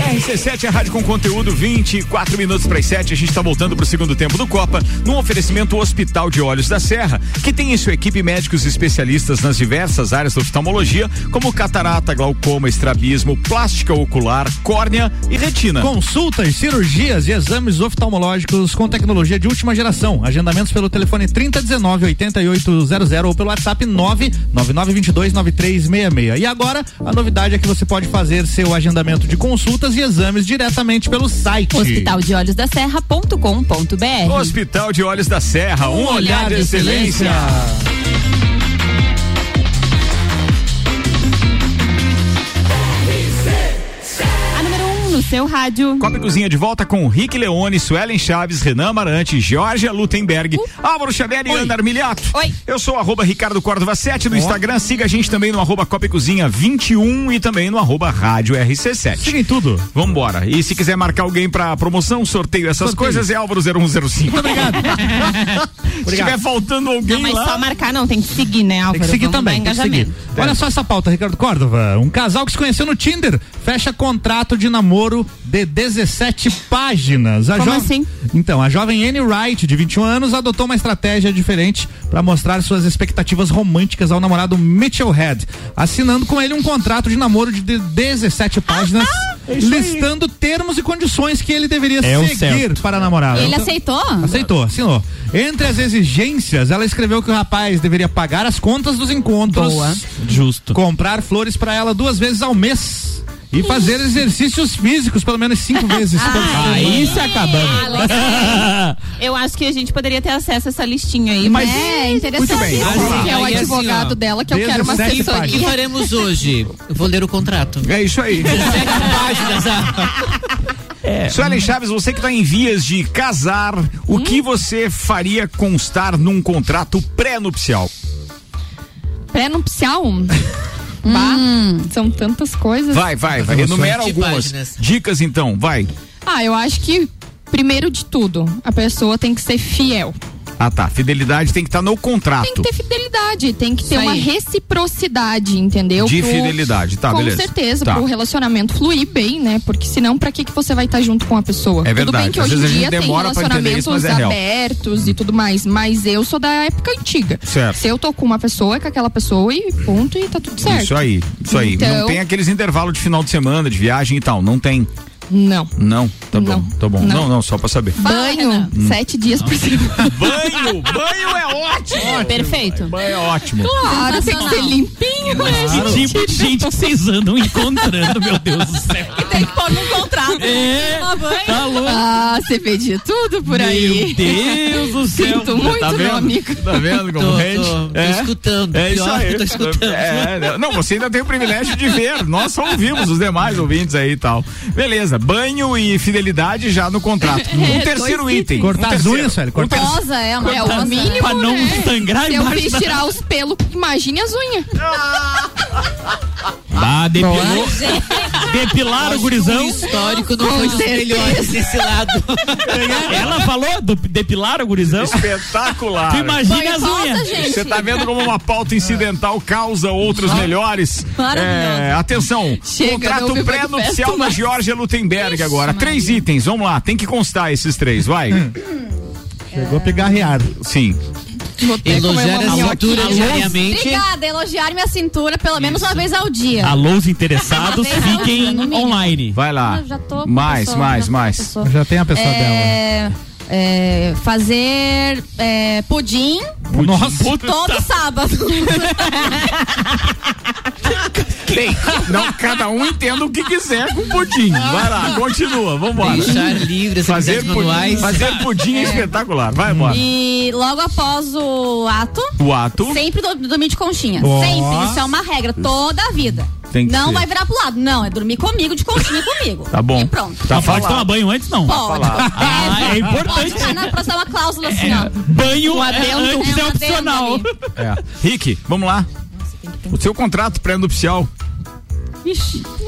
RC7 é a rádio com conteúdo 24 minutos para as 7. A gente está voltando para o segundo tempo do Copa, num oferecimento Hospital de Olhos da Serra, que tem em sua equipe médicos especialistas nas diversas áreas da oftalmologia, como catarata, glaucoma, estrabismo, plástica ocular, córnea e retina. Consultas, cirurgias e exames oftalmológicos com tecnologia de última geração. Agendamentos pelo telefone 3019 8800 ou pelo WhatsApp 99922 9366. E agora, a novidade é que você pode fazer seu agendamento de consultas e exames diretamente pelo site hospital de olhos da serra.com.br Hospital de Olhos da Serra, um, olhar, de excelência. um No seu rádio. Copa e Cozinha de volta com Rick Leone, Suelen Chaves, Renan Amarante, Georgia Lutemberg, Uh. Álvaro Xavier e Ana Armiliato. Oi. Eu sou o arroba Ricardo Córdova 7 no Instagram. Siga a gente também no arroba Copa e Cozinha 21 e também no arroba Rádio RC7. Siga em tudo. Vambora. E se quiser marcar alguém pra promoção, sorteio, essas coisas, é Álvaro 0105. obrigado. Se tiver faltando alguém Não, mas lá- só marcar não, tem que seguir, né, Álvaro? Tem que seguir Vamos também, dar tem que seguir. engajamento. Olha só essa pauta, Ricardo Córdova. Um casal que se conheceu no Tinder fecha contrato de namoro de 17 páginas. A Como jo- assim? Então, a jovem Anne Wright, de 21 anos, adotou uma estratégia diferente para mostrar suas expectativas românticas ao namorado Mitchell Head, assinando com ele um contrato de namoro de 17 páginas, listando termos e condições que ele deveria É o seguir certo. para a namorada. Ele Então- aceitou? Aceitou, assinou. Entre as exigências, ela escreveu que o rapaz deveria pagar as contas dos encontros. Boa. Justo. Comprar flores pra ela duas vezes ao mês. E fazer exercícios físicos pelo menos [LAUGHS] cinco vezes. por semana. Aí se Ah, acabamos. legal. Eu acho que a gente poderia ter acesso a essa listinha aí. Mas- é, interessante. interessante. que é o Aí, assim, advogado ó, dela que eu quero uma 17 assessoria. páginas. O que faremos hoje? Eu vou ler o contrato. É isso aí. 17 páginas. ah. É. Hum. Suelen Chaves, você que está em vias de casar, o que você faria constar num contrato pré-nupcial? [LAUGHS] Pré-nupcial? Bah, Hum. são tantas coisas. Vai, vai, vai. Enumera algumas dicas então, vai. Ah, eu acho que, primeiro de tudo, a pessoa tem que ser fiel. Ah tá, fidelidade tem que estar no Tem que contrato. ter fidelidade, tem que ter uma aí. reciprocidade, entendeu? De fidelidade, tá, com beleza. certeza, Tá. pro relacionamento fluir bem, né? Porque senão, pra que, que você vai estar junto com a pessoa? É Tudo verdade, bem que às hoje em vezes a dia gente tem demora pra entender isso, relacionamentos mas é real. abertos e tudo mais, mas eu sou da época antiga. Certo. Se eu tô com uma pessoa, é com aquela pessoa e ponto, e tá tudo certo. Isso aí, isso aí. Não Então- tem aqueles intervalos de final de semana, de viagem e tal, não tem. Não. Não, tá Não. bom, tá bom. Não, Não. não, só pra saber. Banho, sete dias por semana. Banho, banho é ótimo. Perfeito. É ótimo. Claro, tem que ser limpinho, né, Que gente? tipo de gente que vocês andam encontrando, meu Deus do céu. Tem que pôr num contrato. É, Uma banha. tá louco. Ah, você pedia tudo por aí. Meu Deus do céu. Sinto muito, tá vendo? meu amigo. Tá vendo como Tô- rende? tô- tô é. escutando. É isso Pior que aí. eu tô escutando. É, né? não, você ainda tem o privilégio de ver. Nós só ouvimos os demais ouvintes aí e tal. Beleza, banho e fidelidade já no [LAUGHS] contrato. É, Um terceiro dois item. Cortar um as terceiro. unhas, velho, Um cortar terceiro- Rosa, é, uma É o mínimo, Pra não né? sangrar Se eu embaixo fiz da- tirar os pelos, imagine as unhas. Ah, depilou. Depilaram o O gurizão. histórico não foi dos melhores desse lado. Ela falou do depilar o gurizão. Espetacular. Tu imagina as Rosa, unhas. gente. Você tá vendo como uma pauta incidental causa outros melhores? Maravilhoso. É, atenção, Chega, não contrato ouvi mais pré-nupcial festa, da mas- Georgia Lutemberg agora. Três itens, vamos lá, tem que constar esses três, vai. Hum. Chegou a pegarrear. Sim. Vou até comer Elogiar é uma a minhoquinha. cintura diariamente. Obrigada, elogiar minha cintura pelo menos uma vez ao dia. Alô, os interessados, Uma vez ao dia, fiquem tá no mínimo. online. Vai lá. Eu já tô com mais, pessoa, mais, já tô com mais. pessoa. Já tem a pessoa dela. né? É, é, fazer é, pudim Nossa. todo [LAUGHS] sábado. Tem. Não, cada um entenda o que quiser com pudim. Vai lá, continua, vambora. Deixar livre as Fazer atividades pudim, manuais. fazer pudim é espetacular, vai embora. e logo após o ato, O ato sempre do- dormir de conchinha. Ó. Sempre. Isso é uma regra toda a vida. Tem que não ser. vai virar pro lado. Não, é dormir comigo de conchinha comigo. Tá bom. E pronto. Tá Não Ah, pode falado. Tá tomar banho antes, não. Pode. [LAUGHS] Ah, é Pode importante. ficar na próxima uma cláusula assim, ó. Banho é, adendo. antes É é um adendo opcional. ali. É. Rick, vamos lá. O seu contrato pré-nupcial.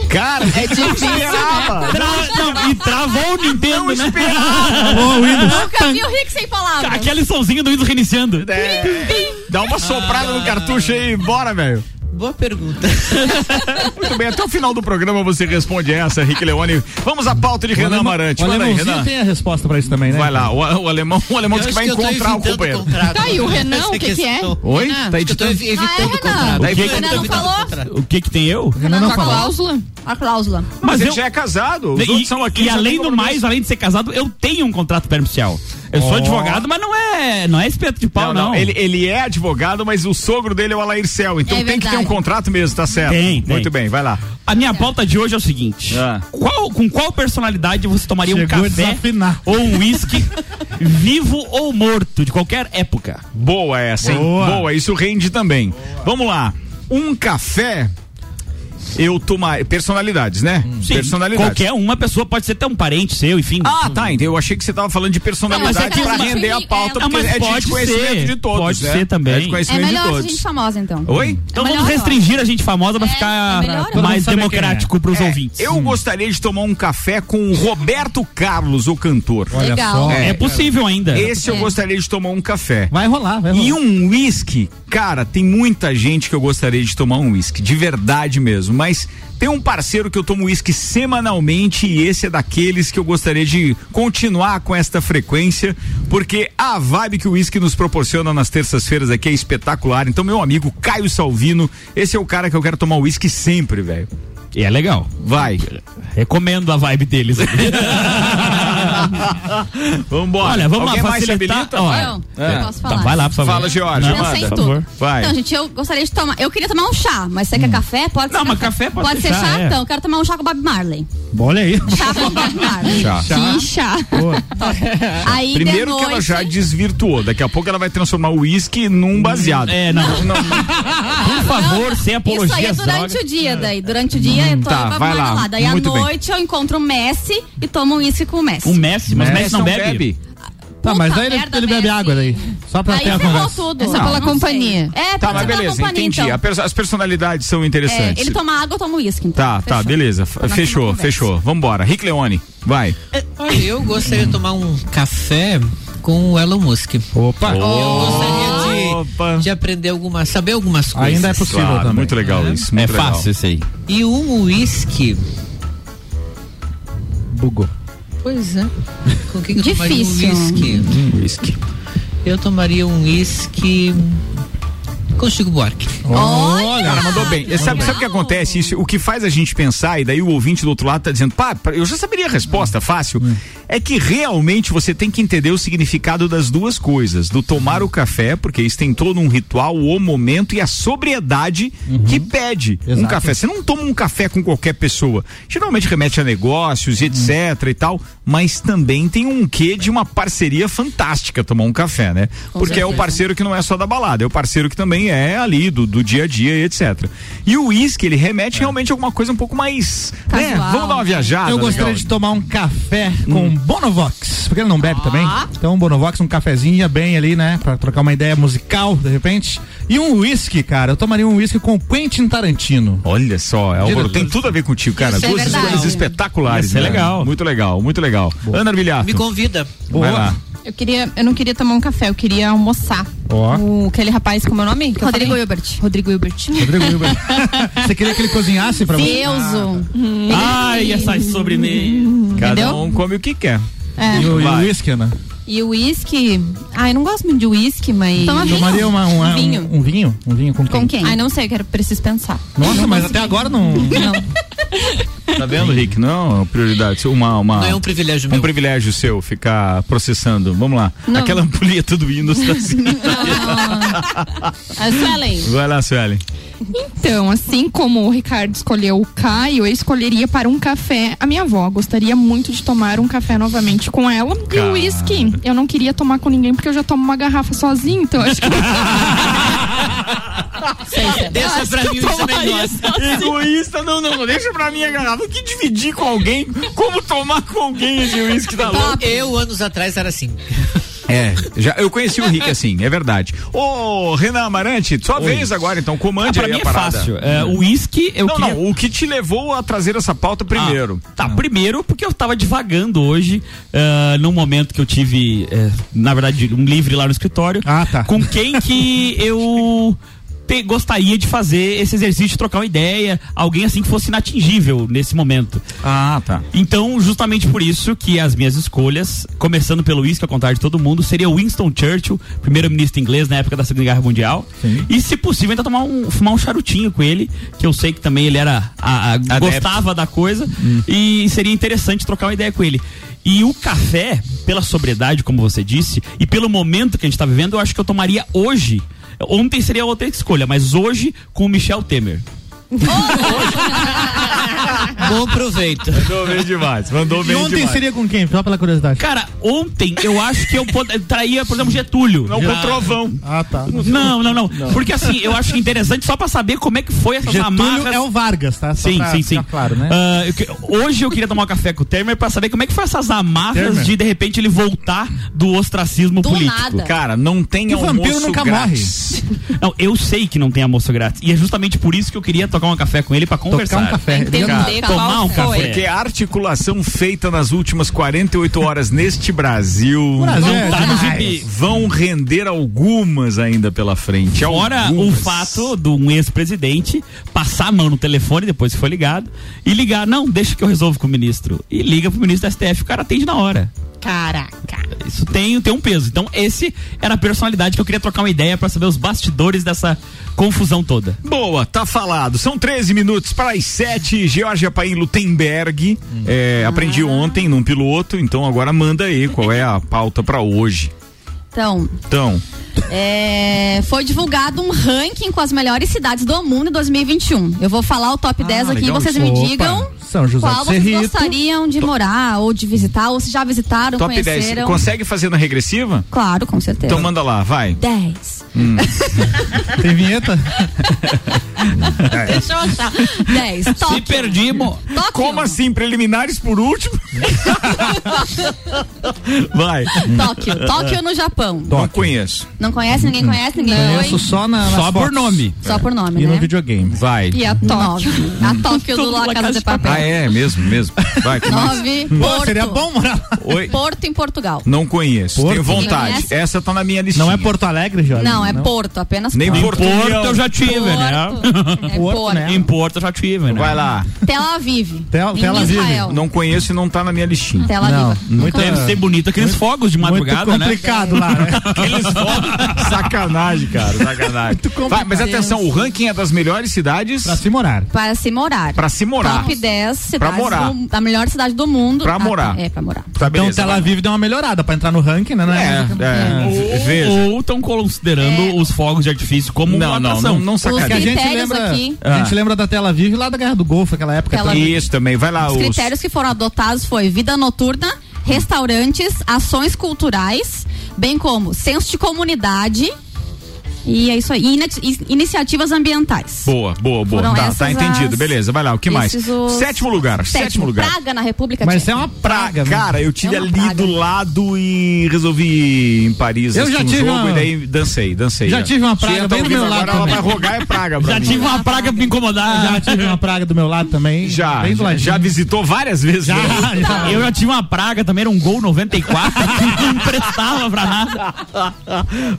Cara, é difícil. Tra- não, e travou o Nintendo, né? Nunca vi o Rick sem palavras. Aquela liçãozinha do Windows reiniciando. É. Dá uma soprada no cartucho aí, bora, velho. Boa pergunta. Muito bem, até o final do programa você responde essa, Rick Leone. Vamos à pauta de O [LAUGHS] Renan alemão- Amarante. O Manda aí, alemãozinho Renan. tem a resposta pra isso também, né? Vai lá, o, o alemão, o alemão Eu disse que acho vai eu tô encontrar o evitando companheiro. contrato. Tá aí, o Renan, Essa o que que é? questão. Oi? Renan, Tá acho que eu tô editando? Então evi- evitando Ah, o é, contrato. Renan? Eu O que tô que- Renan não evitando o falou? contrato. O que que tem eu? Renan não Com a falou. cláusula? A cláusula. Mas eu- ele já é casado. Os outros são aqui. e já além tem do mais, além de ser casado, eu tenho um contrato permissal. Eu sou Ó. advogado, mas não é, não é espeto de pau, Não, não. não. Ele, ele é advogado, mas o sogro dele é o Alair Cel. Então É tem que ter um verdade. contrato mesmo, tá certo? Tem, tem. Muito bem, vai lá. A minha pauta de hoje é o seguinte: Ah. Qual- com qual personalidade você tomaria um Chegou a café desafinar. ou um [LAUGHS] uísque, vivo ou morto, de qualquer época? Boa essa, é hein? Boa. Boa, isso rende também. Vamos lá. Um café eu tomaria. Personalidades, né? Sim, personalidades. qualquer uma pessoa pode ser até um parente seu, enfim. Ah, tá. Eu achei que você tava falando de personalidades Não, mas é que pra uma- render a pauta, é, porque mas é pode de conhecimento ser. de todos. Pode né? ser também. É de É conhecimento de melhor a todos. gente famosa, então. Oi? Então É vamos melhor, ó. restringir a gente famosa pra ficar mais democrático pros É, ouvintes. Eu gostaria de tomar um café com o Roberto Carlos, o cantor. Olha Legal. só. É possível ainda. Esse eu É. gostaria de tomar um café. Vai rolar, vai rolar. E um uísque, cara, tem muita gente que eu gostaria de tomar um uísque, de verdade mesmo, mas tem um parceiro que eu tomo uísque semanalmente e esse é daqueles que eu gostaria de continuar com esta frequência, porque a vibe que o uísque nos proporciona nas terças-feiras aqui é espetacular. Então, meu amigo Caio Salvino, esse é o cara que eu quero tomar uísque sempre, velho. E é legal. Vai. Recomendo a vibe [LAUGHS] deles. Vambora. Olha, vamos Alguém lá, mais se facilitar. habilita? É. Ó, Eu, eu posso tá, falar. vai lá, por favor. Fala, Jorge, Não, manda. Pensei em por tudo. favor. Vai. Então, gente, eu gostaria de tomar. Eu queria tomar um chá, mas se é que é café, pode ser. Não, mas café pode ser ser chá, chá, é. então. Eu quero tomar um chá com o Bob Marley. Olha aí. Chá com [LAUGHS] o Bob Marley. Chá. Que chá. Aí, Primeiro de que ela noite- já desvirtuou. Daqui a pouco ela vai transformar o uísque num baseado. É, não. Por favor, sem apologia. Isso aí é às durante drogas. o dia, daí. Durante o dia eu tô tá, eu vai vou lá. lá. Daí Muito à bem. noite eu encontro o Messi e tomo um uísque com o Messi. Um Messi, mas o Messi não bebe? Tá, mas daí ele, merda, ele bebe água daí. Só pra Aí ter a ferrou conversa. tudo. É só pela Não sei. companhia. É, Tá, pode mas ser pela beleza, companhia, entendi. então. A perso- As personalidades são É, interessantes. ele toma água, eu tomo uísque. Então. Tá, tá, beleza. F- Fechou, fechou. Vambora. Rick Leone, vai. Olha, eu gostaria de tomar um café com o Elon Musk. Opa! Eu gostaria de, de aprender algumas, saber algumas coisas. Ainda é possível Claro, também. muito legal isso, muito é legal. fácil isso aí. E um uísque. Bugou. Pois é. Com quem que eu tomaria um Difícil. uísque? Um uísque. Eu tomaria um uísque com Chico Buarque. Olha, cara, mandou bem. Sabe, sabe o que acontece? Isso, o que faz a gente pensar, e daí o ouvinte do outro lado tá dizendo, pá, pra- eu já saberia a resposta fácil. É que realmente você tem que entender o significado das duas coisas: do tomar o café, porque isso tem todo um ritual, o momento e a sobriedade que pede um Exato. café. Você não toma um café com qualquer pessoa. Geralmente remete a negócios, Hum. e etc e tal, mas também tem um quê de uma parceria fantástica tomar um café, né? Com porque é o certeza. parceiro parceiro que não é só da balada, é o parceiro que também é ali do, do dia a dia e etc. E o uísque, ele remete realmente a alguma coisa um pouco mais. Né? É. Casual. Vamos dar uma viajada. né, Hum. Eu gostaria legal. de tomar um café com Bonovox, porque ele não bebe também. Então, um Bonovox, um cafezinho ia bem ali, né? Pra trocar uma ideia musical, de repente. E um uísque, cara. Eu tomaria um uísque com Quentin [LAUGHS] Tarantino. Olha só, Álvaro, tem tudo a ver contigo, cara. Isso é Duas verdade. escolhas espetaculares. Isso é né? legal. Muito legal, muito legal. Ana Arvilhato. Me convida. Vai lá. Eu queria, eu não queria tomar um café, eu queria almoçar. Ó. O, aquele rapaz, como é o nome? que eu Rodrigo falei? Rodrigo Hilbert. Rodrigo [LAUGHS] Hilbert. Você queria que ele cozinhasse pra você? é assim. Deuso. Ah, Ai, essas sobremesas. Cada Entendeu? um come o que quer. É. E o e o Vai. uísque, né? E o uísque. Ai, eu não gosto muito de uísque, mas. Eu Tomaria uma, uma- um, vinho. um vinho? Um vinho com quem? Ai, não sei, eu quero, preciso pensar. Nossa, mas até agora [LAUGHS] não. Tá vendo, Rick? Não é uma prioridade. Uma, uma, Não é um privilégio Um privilégio seu ficar processando. Vamos lá. Não. Aquela ampulha tudo [LAUGHS] indo. tá assim. [LAUGHS] Ah, Suelen. Vai lá, Suelen. Então, assim como o Ricardo escolheu o Caio, eu escolheria para um café a minha avó. Gostaria muito de tomar um café novamente com ela. E Cara. o uísque, eu não queria tomar com ninguém porque eu já tomo uma garrafa sozinha, então [LAUGHS] acho que. Deixa pra mim isso é melhor. Egoísta, não, não, não, deixa um pra mim a garrafa. Que dividir com alguém? Como tomar com alguém esse uísque tá da louca? Eu, anos atrás, era assim. É, já, eu conheci o Rick assim, é verdade. Ô, Renan Amarante, sua Oi. vez agora, então, comande Ah, pra aí mim a é parada. fácil. É, o uísque, eu Não, queria- não, o que te levou a trazer essa pauta primeiro? Ah, tá, primeiro porque eu tava divagando hoje, ah, num momento que eu tive, eh, na verdade, um livre lá no escritório. Ah, tá. Com quem que [LAUGHS] eu te- gostaria de fazer esse exercício, de trocar uma ideia, alguém assim que fosse inatingível nesse momento. Ah, tá. Então, justamente por isso que as minhas escolhas, começando pelo uísque, ao contrário de todo mundo, seria Winston um Churchill, primeiro-ministro inglês na época da Segunda Guerra Mundial. E, se possível, ainda tomar um, fumar um charutinho com ele, que eu sei que também ele era a- a- gostava da coisa. Hum. E seria interessante trocar uma ideia com ele. E o café, pela sobriedade, como você disse, e pelo momento que a gente está vivendo, eu acho que eu tomaria hoje. Ontem seria outra escolha, mas hoje com o Michel Temer. é? [LAUGHS] Bom proveito. Mandou bem demais. Mandou E ontem seria com Tá, quem? Só pela curiosidade. Cara, ontem eu acho que eu pod- traía, por exemplo, Getúlio. Não, com o Trovão. Ah, tá. Não, não, não, Não. Porque assim, eu acho interessante só pra saber como é que foi essas Getúlio amarras. é o Vargas, tá? Só Sim, pra sim, ficar sim. claro, né? Ah, eu que- hoje eu queria tomar um café com o Temer pra saber como é que foi essas amarras Temer. de de repente ele voltar do ostracismo Do político. nada. Cara, não tem Que o vampiro almoço nunca grátis. [LAUGHS] Não, eu sei que não tem almoço grátis. E é justamente por isso que eu queria tocar um café com ele pra conversar. um café. Entender Cara, qual tomar um foi. café. Porque a articulação feita nas últimas 48 horas neste Brasil, Brasil não é tá no demais. gibi. vão render algumas ainda pela frente. Fora o Algumas. fato de um ex-presidente passar a mão no telefone depois que foi ligado e ligar, não, deixa que eu resolvo com o ministro. E liga pro ministro da STF, o cara atende na hora. Caraca. É Isso tem, tem um peso. Então, esse era a personalidade que eu queria trocar uma ideia pra saber os bastidores dessa confusão toda. Boa, tá falado. São 13 minutos para as 7. Georgia Paim Lutemberg. É, Ah. aprendi ontem num piloto, então agora manda aí qual é a pauta para hoje. Então, Então, é, foi divulgado um ranking com as melhores cidades do mundo em 2021. Eu vou falar o top 10 aqui e legal vocês isso. me Opa, digam São José qual do vocês Cerrito. gostariam de morar ou de visitar, ou se já visitaram, top 10. conheceram. Consegue fazer na regressiva? Claro, com certeza. Então [LAUGHS] manda lá, vai. 10. [LAUGHS] Hum. Tem vinheta? Deixa eu achar. 10. Tóquio. perdimos. Como assim? Preliminares por último? [LAUGHS] Vai. Tóquio. Tóquio no Japão. Não conheço. Não conhece? Ninguém conhece? Ninguém Conheço foi? só na, nas Só por fotos. nome. Só por nome, E no né? videogame. Vai. E a Tóquio. A Tóquio do La Casa de Ah, Papel. é, mesmo, mesmo. Vai, que mais? Nove. Hum. Porto. morar lá. Oi. Porto em Portugal. Não conheço. Porto? Tenho vontade. Conhece? Essa tá na minha lista. Não é Porto Alegre, Jorge? Não, é Porto, apenas Nem Porto. Porto, União. né? [LAUGHS] É Porto. Em Porto eu já tive, né? Vai lá. Tel Aviv. Tel, Em Israel. Não conheço e não tá na minha listinha. Tel Aviv. Não, muito- Deve ser bonito aqueles fogos de madrugada, muito né? complicado lá, [LAUGHS] né? aqueles fogos. Sacanagem, cara, [LAUGHS] sacanagem. Vai, mas atenção, o ranking é das melhores cidades. Pra se morar. Para se morar. Pra se morar. Top 10 cidades morar. do- da melhor cidade do mundo. Pra Ah, morar. tá, É, pra morar. Tá, então beleza, Tel vai. Aviv deu uma melhorada pra entrar no ranking, né? É, Ou- veja. Ou estão considerando os fogos de artifício como Não, uma não, atração. não, não sacaneia. Porque a gente É. critérios lembra, aqui. a gente Ah. lembra da Tel Aviv e lá da Guerra do Golfo, aquela época. Tel Aviv. Isso também, vai lá. Os critérios que foram adotados foi vida noturna, restaurantes, ações culturais, bem como senso de comunidade e é isso aí. E inati- in- iniciativas ambientais. Boa, boa, boa. Foram tá, essas tá entendido, as- beleza. Vai lá, o que mais? esses os- Sétimo lugar, sétimo, lugar. Praga na República Mas Tcheca. é uma praga, Cara, eu tive É uma ali do lado e resolvi ir em Paris Eu assistir já um tive jogo uma- e daí dancei, dancei. Já tive uma praga Tinha, bem tá do ouvindo meu lado Agora ela vai também. rogar é praga pra Já mim. tive uma praga pra me incomodar. Já tive uma praga do meu lado também. Já, bem do já, ladinho. já visitou várias vezes. Já, né? já. Eu já tive uma praga, também era um gol 94, que não prestava pra nada. [LAUGHS]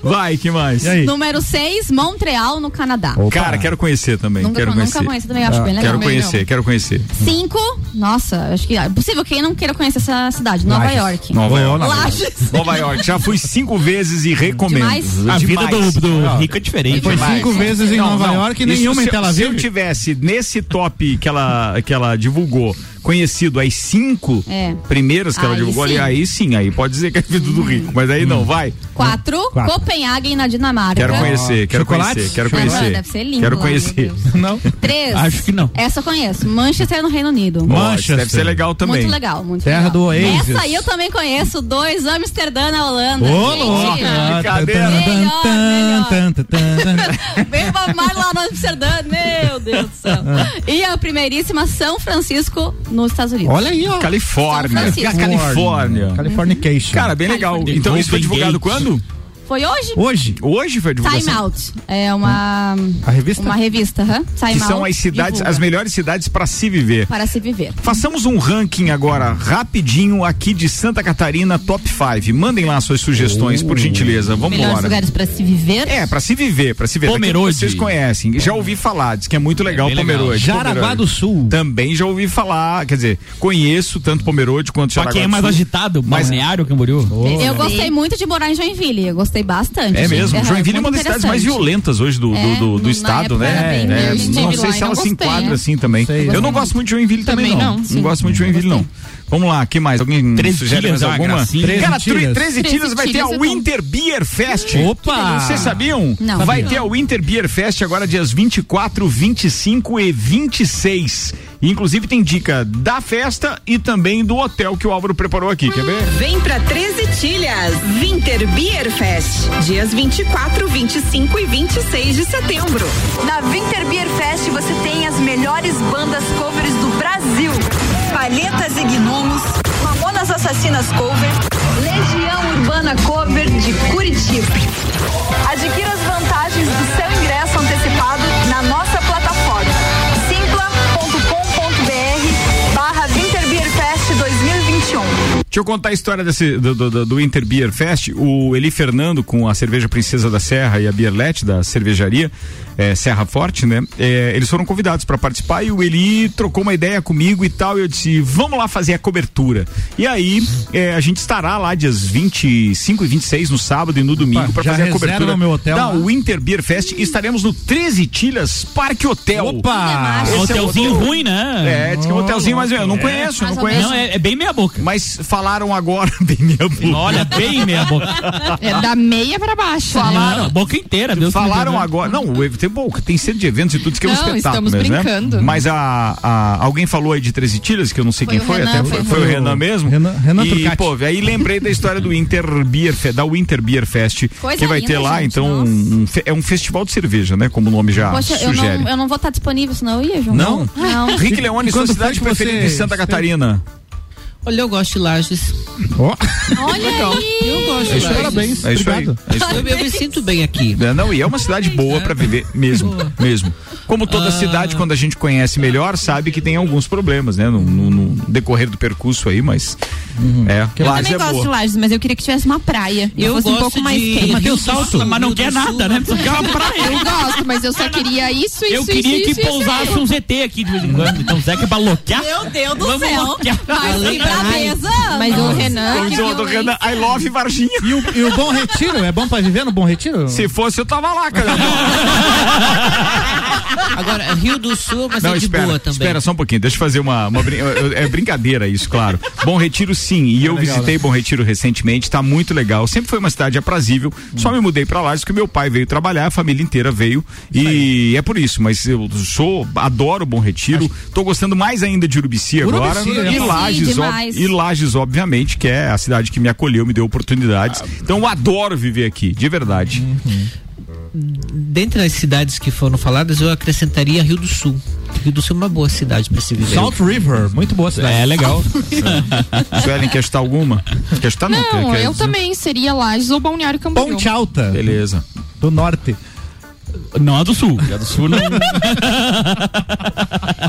Vai, que mais? Número 6, Montreal, no Canadá. Cara, quero conhecer também. Nunca- quero nunca conhecer. conheci também, Ah, acho bem legal. Quero Bem conhecer, legal. quero conhecer. 5, nossa, acho que é possível quem não queira conhecer essa cidade, Nova Lages. York. Nova York. Hum. Lages. Nova York. Já fui cinco vezes e recomendo. Demais. A vida Demais. do- do rico é diferente. Demais. Foi cinco vezes em Nova York e Isso, nenhuma se, em Tel Se Aviv. eu tivesse nesse top que ela, que ela divulgou, conhecido as cinco É. primeiras que ela Aí divulgou ali, sim. Hum. aí sim, aí pode dizer que é a vida do rico. Mas aí Hum. não, vai. 4, Quatro. Copenhague, na Dinamarca. Quero conhecer, quero Chocolates? conhecer, quero Ah, conhecer. deve ser lindo Quero lá, conhecer. Não. 3, Acho que não. Essa eu conheço. Manchester no Reino Unido. Manchester. Deve ser legal também. Muito legal, muito Terra legal. do Oasis. Essa aí eu também conheço. Dois, Amsterdã na Holanda. Gente, Ah, tá, Vem pra mais lá no Amsterdã. Meu Deus do céu. E a primeiríssima, São Francisco, nos Estados Unidos. Olha aí, ó. Califórnia. São Francisco. Califórnia. Californication. Cara, bem legal. Então isso foi divulgado quando? Foi hoje? Hoje. Hoje foi divulgado. Time Out. É uma... A revista? Uma revista, hã? Time Que Out são as cidades, divulga as melhores cidades para se viver. Para se viver. Façamos um ranking agora, rapidinho, aqui de Santa Catarina, top 5. Mandem lá suas sugestões, por gentileza. Vamos Melhores embora. lugares pra se viver. É, pra se viver, pra se ver. Pomerode. Daqui Vocês conhecem. Já ouvi falar, diz que é muito legal bem legal. Pomerode. Jaraguá Pomerode. do Sul. Também já ouvi falar, quer dizer, conheço tanto Pomerode quanto Pra Jaraguá quem é do mais Sul. agitado, Balneário, Camboriú. Eu gostei muito de morar em Joinville. Eu gostei bastante. É gente. mesmo. Aham, Joinville é uma muito das cidades mais interessante. violentas hoje do, do- É, do- do na estado, época era né? bem É, mesmo. não Estive sei lá se ela e não se gostei. né? assim enquadra assim né? também. Eu não gosto muito de Joinville também, Também não. não, Não, sim. gosto muito de Joinville, não. Vamos lá, que mais? Alguém Treze sugere Tilhas mais é uma alguma? gracinha. Treze Cara, tri- Tilhas. 13 Tilhas Treze vai ter a Tilhas é bom. Winter Beer Fest. Opa! Vocês sabiam? Não. Vai Sabia. ter a Winter Beer Fest agora dias 24, 25 e 26. Inclusive tem dica da festa e também do hotel que o Álvaro preparou aqui, quer ver? Vem pra 13 Tilhas, Winter Beer Fest, dias 24, 25 e 26 de setembro. Na Winter Beer Fest você tem as melhores bandas covers do Brasil. Palhetas e Gnomos, Mamonas Assassinas cover, Legião Urbana cover de Curitiba. Adquira as vantagens do seu ingresso antecipado na nossa plataforma simpla.com.br barra Winter Beer Fest 2021. Deixa eu contar a história desse, do, do, do- do Inter Beer Fest. O Eli Fernando, com a cerveja Princesa da Serra e a Bierlete da cervejaria eh, Serra Forte, né? Eh, eles foram convidados para participar e o Eli trocou uma ideia comigo e tal. E eu disse: vamos lá fazer a cobertura. E aí eh, a gente estará lá dias 25 e 26 no sábado e no domingo para já fazer a reserva cobertura no meu hotel né? da lá. Winter Beer Fest. E estaremos no 13 Tilhas Parque Hotel. Opa! Esse é o Hotelzinho hotel- ruim, né? É, diz que é um hotelzinho, mas eu não É. conheço, eu não Mais ou conheço. menos. Não, é- bem meia boca. Mas falaram agora [LAUGHS] bem meia boca. Olha, bem meia [LAUGHS] boca. É da meia pra baixo. Falaram. Né? boca inteira, Deus Falaram agora. Não, o ev- tem, bom, tem cedo de eventos e tudo, isso que é um Não, espetáculo. estamos mesmo, né? brincando. Mas a, a- alguém falou aí de 13 tiras, que eu não sei Foi quem o foi, Renan, até foi foi, o foi o Renan. Renan mesmo. Renan- Renan e, Turcati. pô, aí lembrei da história do Inter Beer Fe- da Winter Beer Fest, Coisa que vai linda, ter lá, gente, então, um fe- é um festival de cerveja, né? Como o nome já Poxa, eu sugere. não, eu não vou estar disponível, senão eu ia, João. Não? Não. Rick Leone, sua cidade preferida de Santa Catarina. Olha, eu gosto de Lages. Olha aí! Eu gosto É de isso aí. Lages. É isso aí. É isso aí. Eu, eu me sinto bem aqui. né? É, Não, e é uma cidade boa pra viver mesmo, mesmo. Como Ah. toda cidade, quando a gente conhece melhor, sabe que tem alguns problemas, né? No, no- no decorrer do percurso aí, mas Uhum. é, Eu Lages um também é gosto de boa. Lages, mas eu queria que tivesse uma praia. Eu fosse um gosto pouco mais de quente. Rio do Sul, mas não Rio quer do Sul, nada, né? Precisa ficar uma praia. Eu gosto, mas [LAUGHS] eu só queria isso, isso, é, Eu isso, queria isso, que isso, isso. pousasse um ZT aqui de vez em quando. Então, Zeca, pra loquear. Meu Deus do Vamos céu! é loquear. Mas que brabeza! Mas o Renan. O do- do Renan, I love Varginha. E o, e o Bom Retiro, é bom pra viver no Bom Retiro? Se fosse, eu tava lá, cara. Agora, Rio do Sul, mas Não, é de espera, boa também. espera só um pouquinho, deixa eu fazer uma, uma brin- eu- é brincadeira isso, claro. Bom Retiro sim, e eu legal, visitei Bom Retiro recentemente, tá muito legal, sempre foi uma cidade aprazível, só me mudei pra lá, porque meu pai veio trabalhar, a família inteira veio, e é por isso, mas eu sou, adoro Bom Retiro, tô gostando mais ainda de Urubici agora, Urubici, e, é bom. Lages, Sim, ó- demais. e Lages, obviamente, que é a cidade que me acolheu, me deu oportunidades, então eu adoro viver aqui, de verdade. Dentre as cidades que foram faladas, eu acrescentaria Rio do Sul. Rio do Sul é uma boa cidade pra se viver. Salt River, muito boa cidade. É, legal. [LAUGHS] Suelen, quer chutar alguma? Quer chutar? Não, Não, quer- quer- eu também seria Lages ou Balneário Camboriú. Ponte Alta. Beleza. Do norte. Não, a do [LAUGHS] sul. A do [LAUGHS] sul não.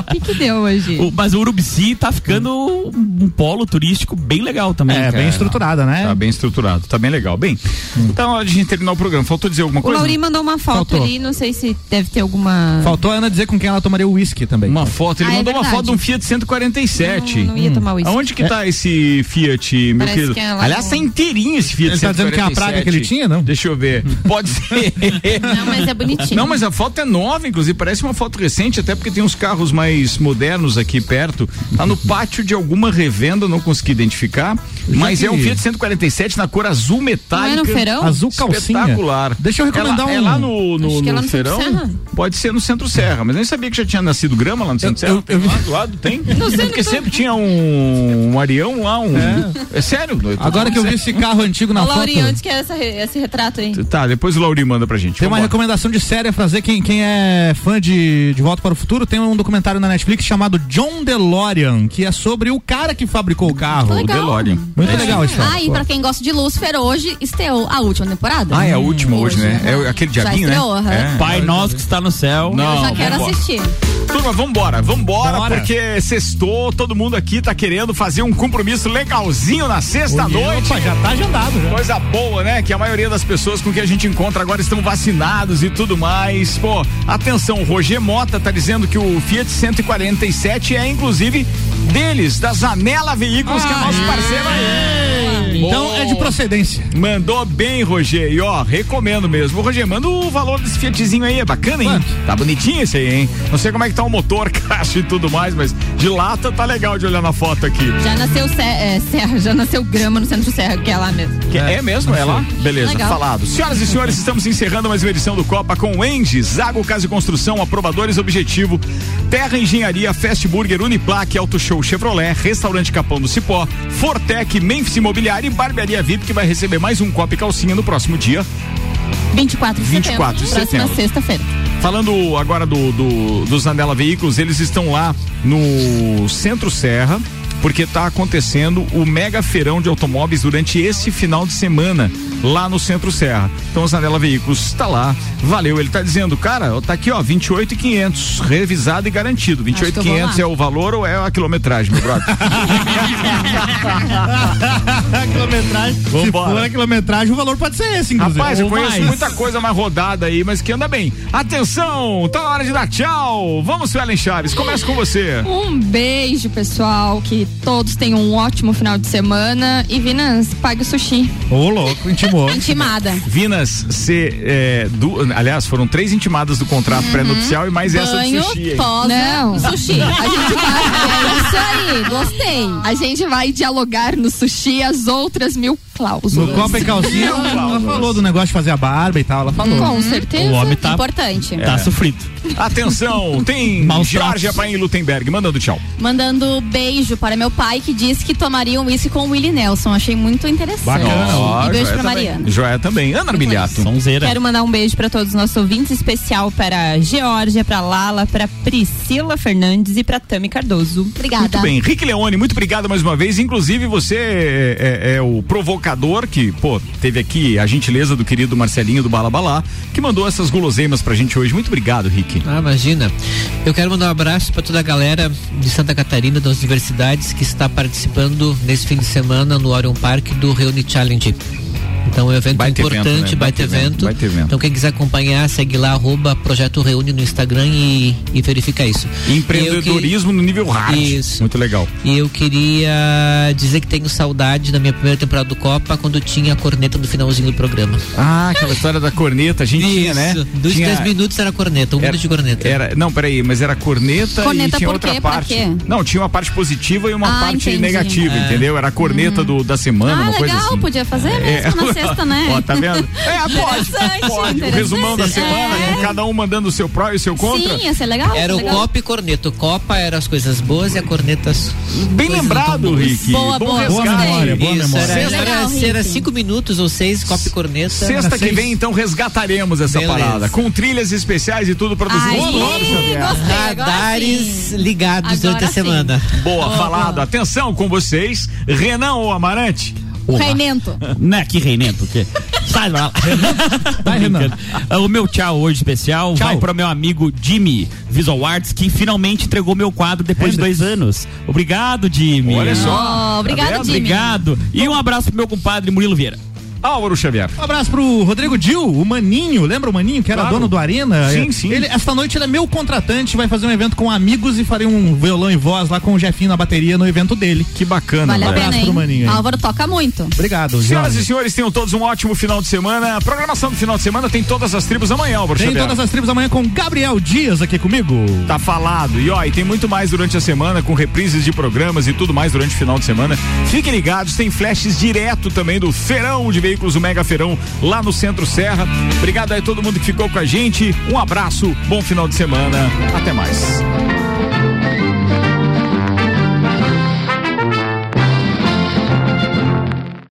O que, que deu hoje? O- mas o Urubici tá ficando um polo turístico bem legal também. É, cara. bem estruturada, né? Tá bem estruturado, tá bem legal. Bem, então a gente terminar o programa. Faltou dizer alguma O coisa? Lauri mandou uma foto Faltou. ali, não sei se deve ter alguma. Faltou a Ana dizer com quem ela tomaria o uísque também. Uma foto, ele Ah, é mandou uma verdade. foto de um Fiat 147. Não, não ia tomar uísque. Aonde que É. tá esse Fiat, meu Parece querido? que é lá Aliás, no- tá inteirinho esse Fiat Ele 147. tá dizendo que é a praga que ele tinha, não? Hum. Deixa eu ver. [LAUGHS] Pode ser. Não, mas é bonitinho. Não, mas a foto é nova, inclusive, parece uma foto recente, até porque tem uns carros mais modernos aqui perto. Tá no pátio de alguma revenda, não consegui identificar, mas que- é um Fiat 147 na cor azul é metálica. ferão? Azul calcinha. Espetacular. Deixa eu recomendar é lá, É um- lá no, no, Acho que é lá no no Centro ferão? Serra. Pode ser no Centro Serra, mas nem sabia que já tinha nascido grama lá no Centro Serra. Tem lá do lado, [LAUGHS] tem? Não sei, Porque não tô- sempre tinha um, um arião lá, um... É, É. sério? eu tô Agora falando que eu vi sério. esse carro antigo na Ô, foto. Lauri, onde que é essa re- esse retrato aí? Tá, depois o Lauri manda pra gente. Tem uma Vambora. recomendação de série a fazer. Quem, quem é fã de De Volta para o Futuro tem um documentário na Netflix chamado John DeLorean, que é sobre o cara que fabricou o carro. Legal. Muito é legal isso. Ah, e pra quem gosta de Lucifer, hoje estreou a última temporada. Ah, é a última hoje, né? É aquele Já diabinho, né? estreou, aham. É. Pai nosso que está no céu. Não, Já quero vambora. assistir. Turma, vambora, vambora, Bora. porque sextou, todo mundo aqui tá querendo fazer um compromisso legalzinho na sexta-noite. Opa, já tá agendado, já. Coisa boa, né? Que a maioria das pessoas com que a gente encontra agora estão vacinados e tudo mais. Pô, atenção, o Roger Mota tá dizendo que o Fiat 147 é, inclusive, deles, da Zanela Veículos, que é nosso parceiro aí. Ah, Então é de procedência. Mandou bem, Roger. E ó, recomendo mesmo. Ô, Roger, manda o valor desse Fiatzinho aí, é bacana, hein? Tá bonitinho esse aí, hein? Não sei como é que tá o motor, [LAUGHS] caixa e tudo mais, mas de lata tá legal de olhar na foto aqui. Já nasceu ce- é, Serra, já nasceu Grama no Centro Serra, que é lá mesmo. Que é, mesmo? É lá? Beleza, Legal. falado. Senhoras e senhores, estamos encerrando mais uma edição do Copa com o Engie, Zago Casa e Construção, Aprovadores Objetivo, Terra Engenharia, Fast Burger, Uniplac, Auto Show Chevrolet, Restaurante Capão do Cipó, Fortec, Memphis Imobiliária e Barbearia VIP, que vai receber mais um Copa e Calcinha no próximo dia. 24 de 24 de setembro, próxima setembro. sexta-feira. Falando agora do, do, dos Andela Veículos, eles estão lá no Centro Serra, porque está acontecendo o mega feirão de automóveis durante esse final de semana lá no Centro Serra. Então, os Andela Veículos está lá. Valeu. Ele está dizendo, cara, ó, tá aqui, ó, 28,500, revisado e garantido. Acho que eu vou 28,500 lá. é o valor ou é a quilometragem, meu brother? [LAUGHS] quilometragem. Se Vambora. for a quilometragem, o valor pode ser esse, inclusive. Rapaz, eu Ou conheço mais. muita coisa mais rodada aí, mas que anda bem. Atenção, tá na hora de dar tchau. Vamos, Suelen Chaves, começa com você. Um beijo, pessoal. Que todos tenham um ótimo final de semana. E Vinas, pague o sushi. Ô, louco, intimou. Intimada. Vinas, você. é, du- aliás, foram três intimadas do contrato pré-nupcial e mais essa de Banho, sushi. hein? tosa Não. e sushi. A gente vai. [LAUGHS] É isso aí, gostei. A gente vai dialogar no sushi as outras mil No cláusulas. Copa e Calcinha, ela, ela falou do negócio de fazer a barba e tal, ela falou. Com certeza. Importante. tá sofrido. Atenção, tem Jorge Apain Lutemberg mandando tchau. Mandando beijo para meu pai que disse que tomaria um uísque com o Willie Nelson. Achei muito interessante. Ó, E beijo joia para também. Mariana. Joia também. Ana Armiliato. Quero mandar um beijo para todos os nossos ouvintes, especial para Geórgia, para Lala, para Priscila Fernandes e para Tami Cardoso. Obrigada. Muito bem, Rick Leone, muito obrigado mais uma vez. Inclusive, você é, é- é o provocador que, pô, teve aqui a gentileza do querido Marcelinho do Balabalá, que mandou essas guloseimas pra gente hoje. Muito obrigado, Rick. Ah, imagina. Eu quero mandar um abraço para toda a galera de Santa Catarina, das universidades, que está participando nesse fim de semana no Orion Park do Reuni Challenge. Então é um evento Baita evento, importante, né? baita Baita evento, evento. baita evento. Então quem quiser acompanhar, segue lá, arroba Projeto Reúne no Instagram e, e verifica isso. Empreendedorismo no nível hard. Isso. Muito legal. E eu queria dizer que tenho saudade da minha primeira temporada do Copa, quando tinha a corneta no finalzinho do programa. Ah, aquela história da corneta, a gente tinha, Isso. né? Dos três minutos era corneta, um era, minuto de corneta. Era, não, peraí, mas era corneta, Corneta e tinha por outra quê? Pra parte. quê? Não, tinha uma parte positiva e uma Ah, parte entendi. negativa, É. entendeu? Era a corneta do, da semana, ah, uma coisa legal, assim. podia fazer mesmo na sexta, né? [LAUGHS] Ó, tá [LAUGHS] vendo? É, pode. Interessante, pode. O interessante. resumão da semana, É. com cada um mandando o seu pró e o seu contra. Sim, ia ser legal. Era o legal. Copa e Corneta. O Copa era as coisas boas e a Corneta as Bem coisas lembrado, não tão boas. Rick. Boa, Bom boa. resgate. Boa memória, boa Isso, memória. Era, Sexta- era- Legal, Rick. era cinco minutos ou seis, Copa e Corneta. Sexta que vem, então, resgataremos essa Tá, Beleza. parada. Com trilhas especiais e tudo produzido. Aí, Ô, louco, Xavier. Radares ligados durante a semana. Boa, falado. Atenção com vocês. Renan ou Amarante? Reinento. Né, que reinento, o quê? Sai lá. Vai, Renan. O meu tchau hoje especial vai para o meu amigo Jimmy Visual Arts, que finalmente entregou meu quadro depois de dois anos. Obrigado, Jimmy. Olha só. Oh, obrigado, Tá vendo? Jimmy. Obrigado. E um abraço pro meu compadre Murilo Vieira. Álvaro Xavier. Um abraço pro Rodrigo Dil, o Maninho, lembra o Maninho que era Claro. dono do Arena? Sim, É, sim. Ele, esta noite ele é meu contratante, vai fazer um evento com amigos e farei um violão e voz lá com o Jefinho na bateria no evento dele. Que bacana, Vale um a pena, abraço pro hein? Maninho. aí. Álvaro toca muito. Obrigado, Senhoras Jorge. e senhores, tenham todos um ótimo final de semana. A programação do final de semana tem todas as tribos amanhã, Álvaro Tem Xavier. todas as tribos amanhã com Gabriel Dias aqui comigo. Tá falado. E ó, e tem muito mais durante a semana, com reprises de programas e tudo mais durante o final de semana. Fiquem ligados, tem flashes direto também do Feirão de Veículos, o Mega Feirão, lá no Centro Serra. Obrigado aí a todo mundo que ficou com a gente. Um abraço, bom final de semana. Até mais.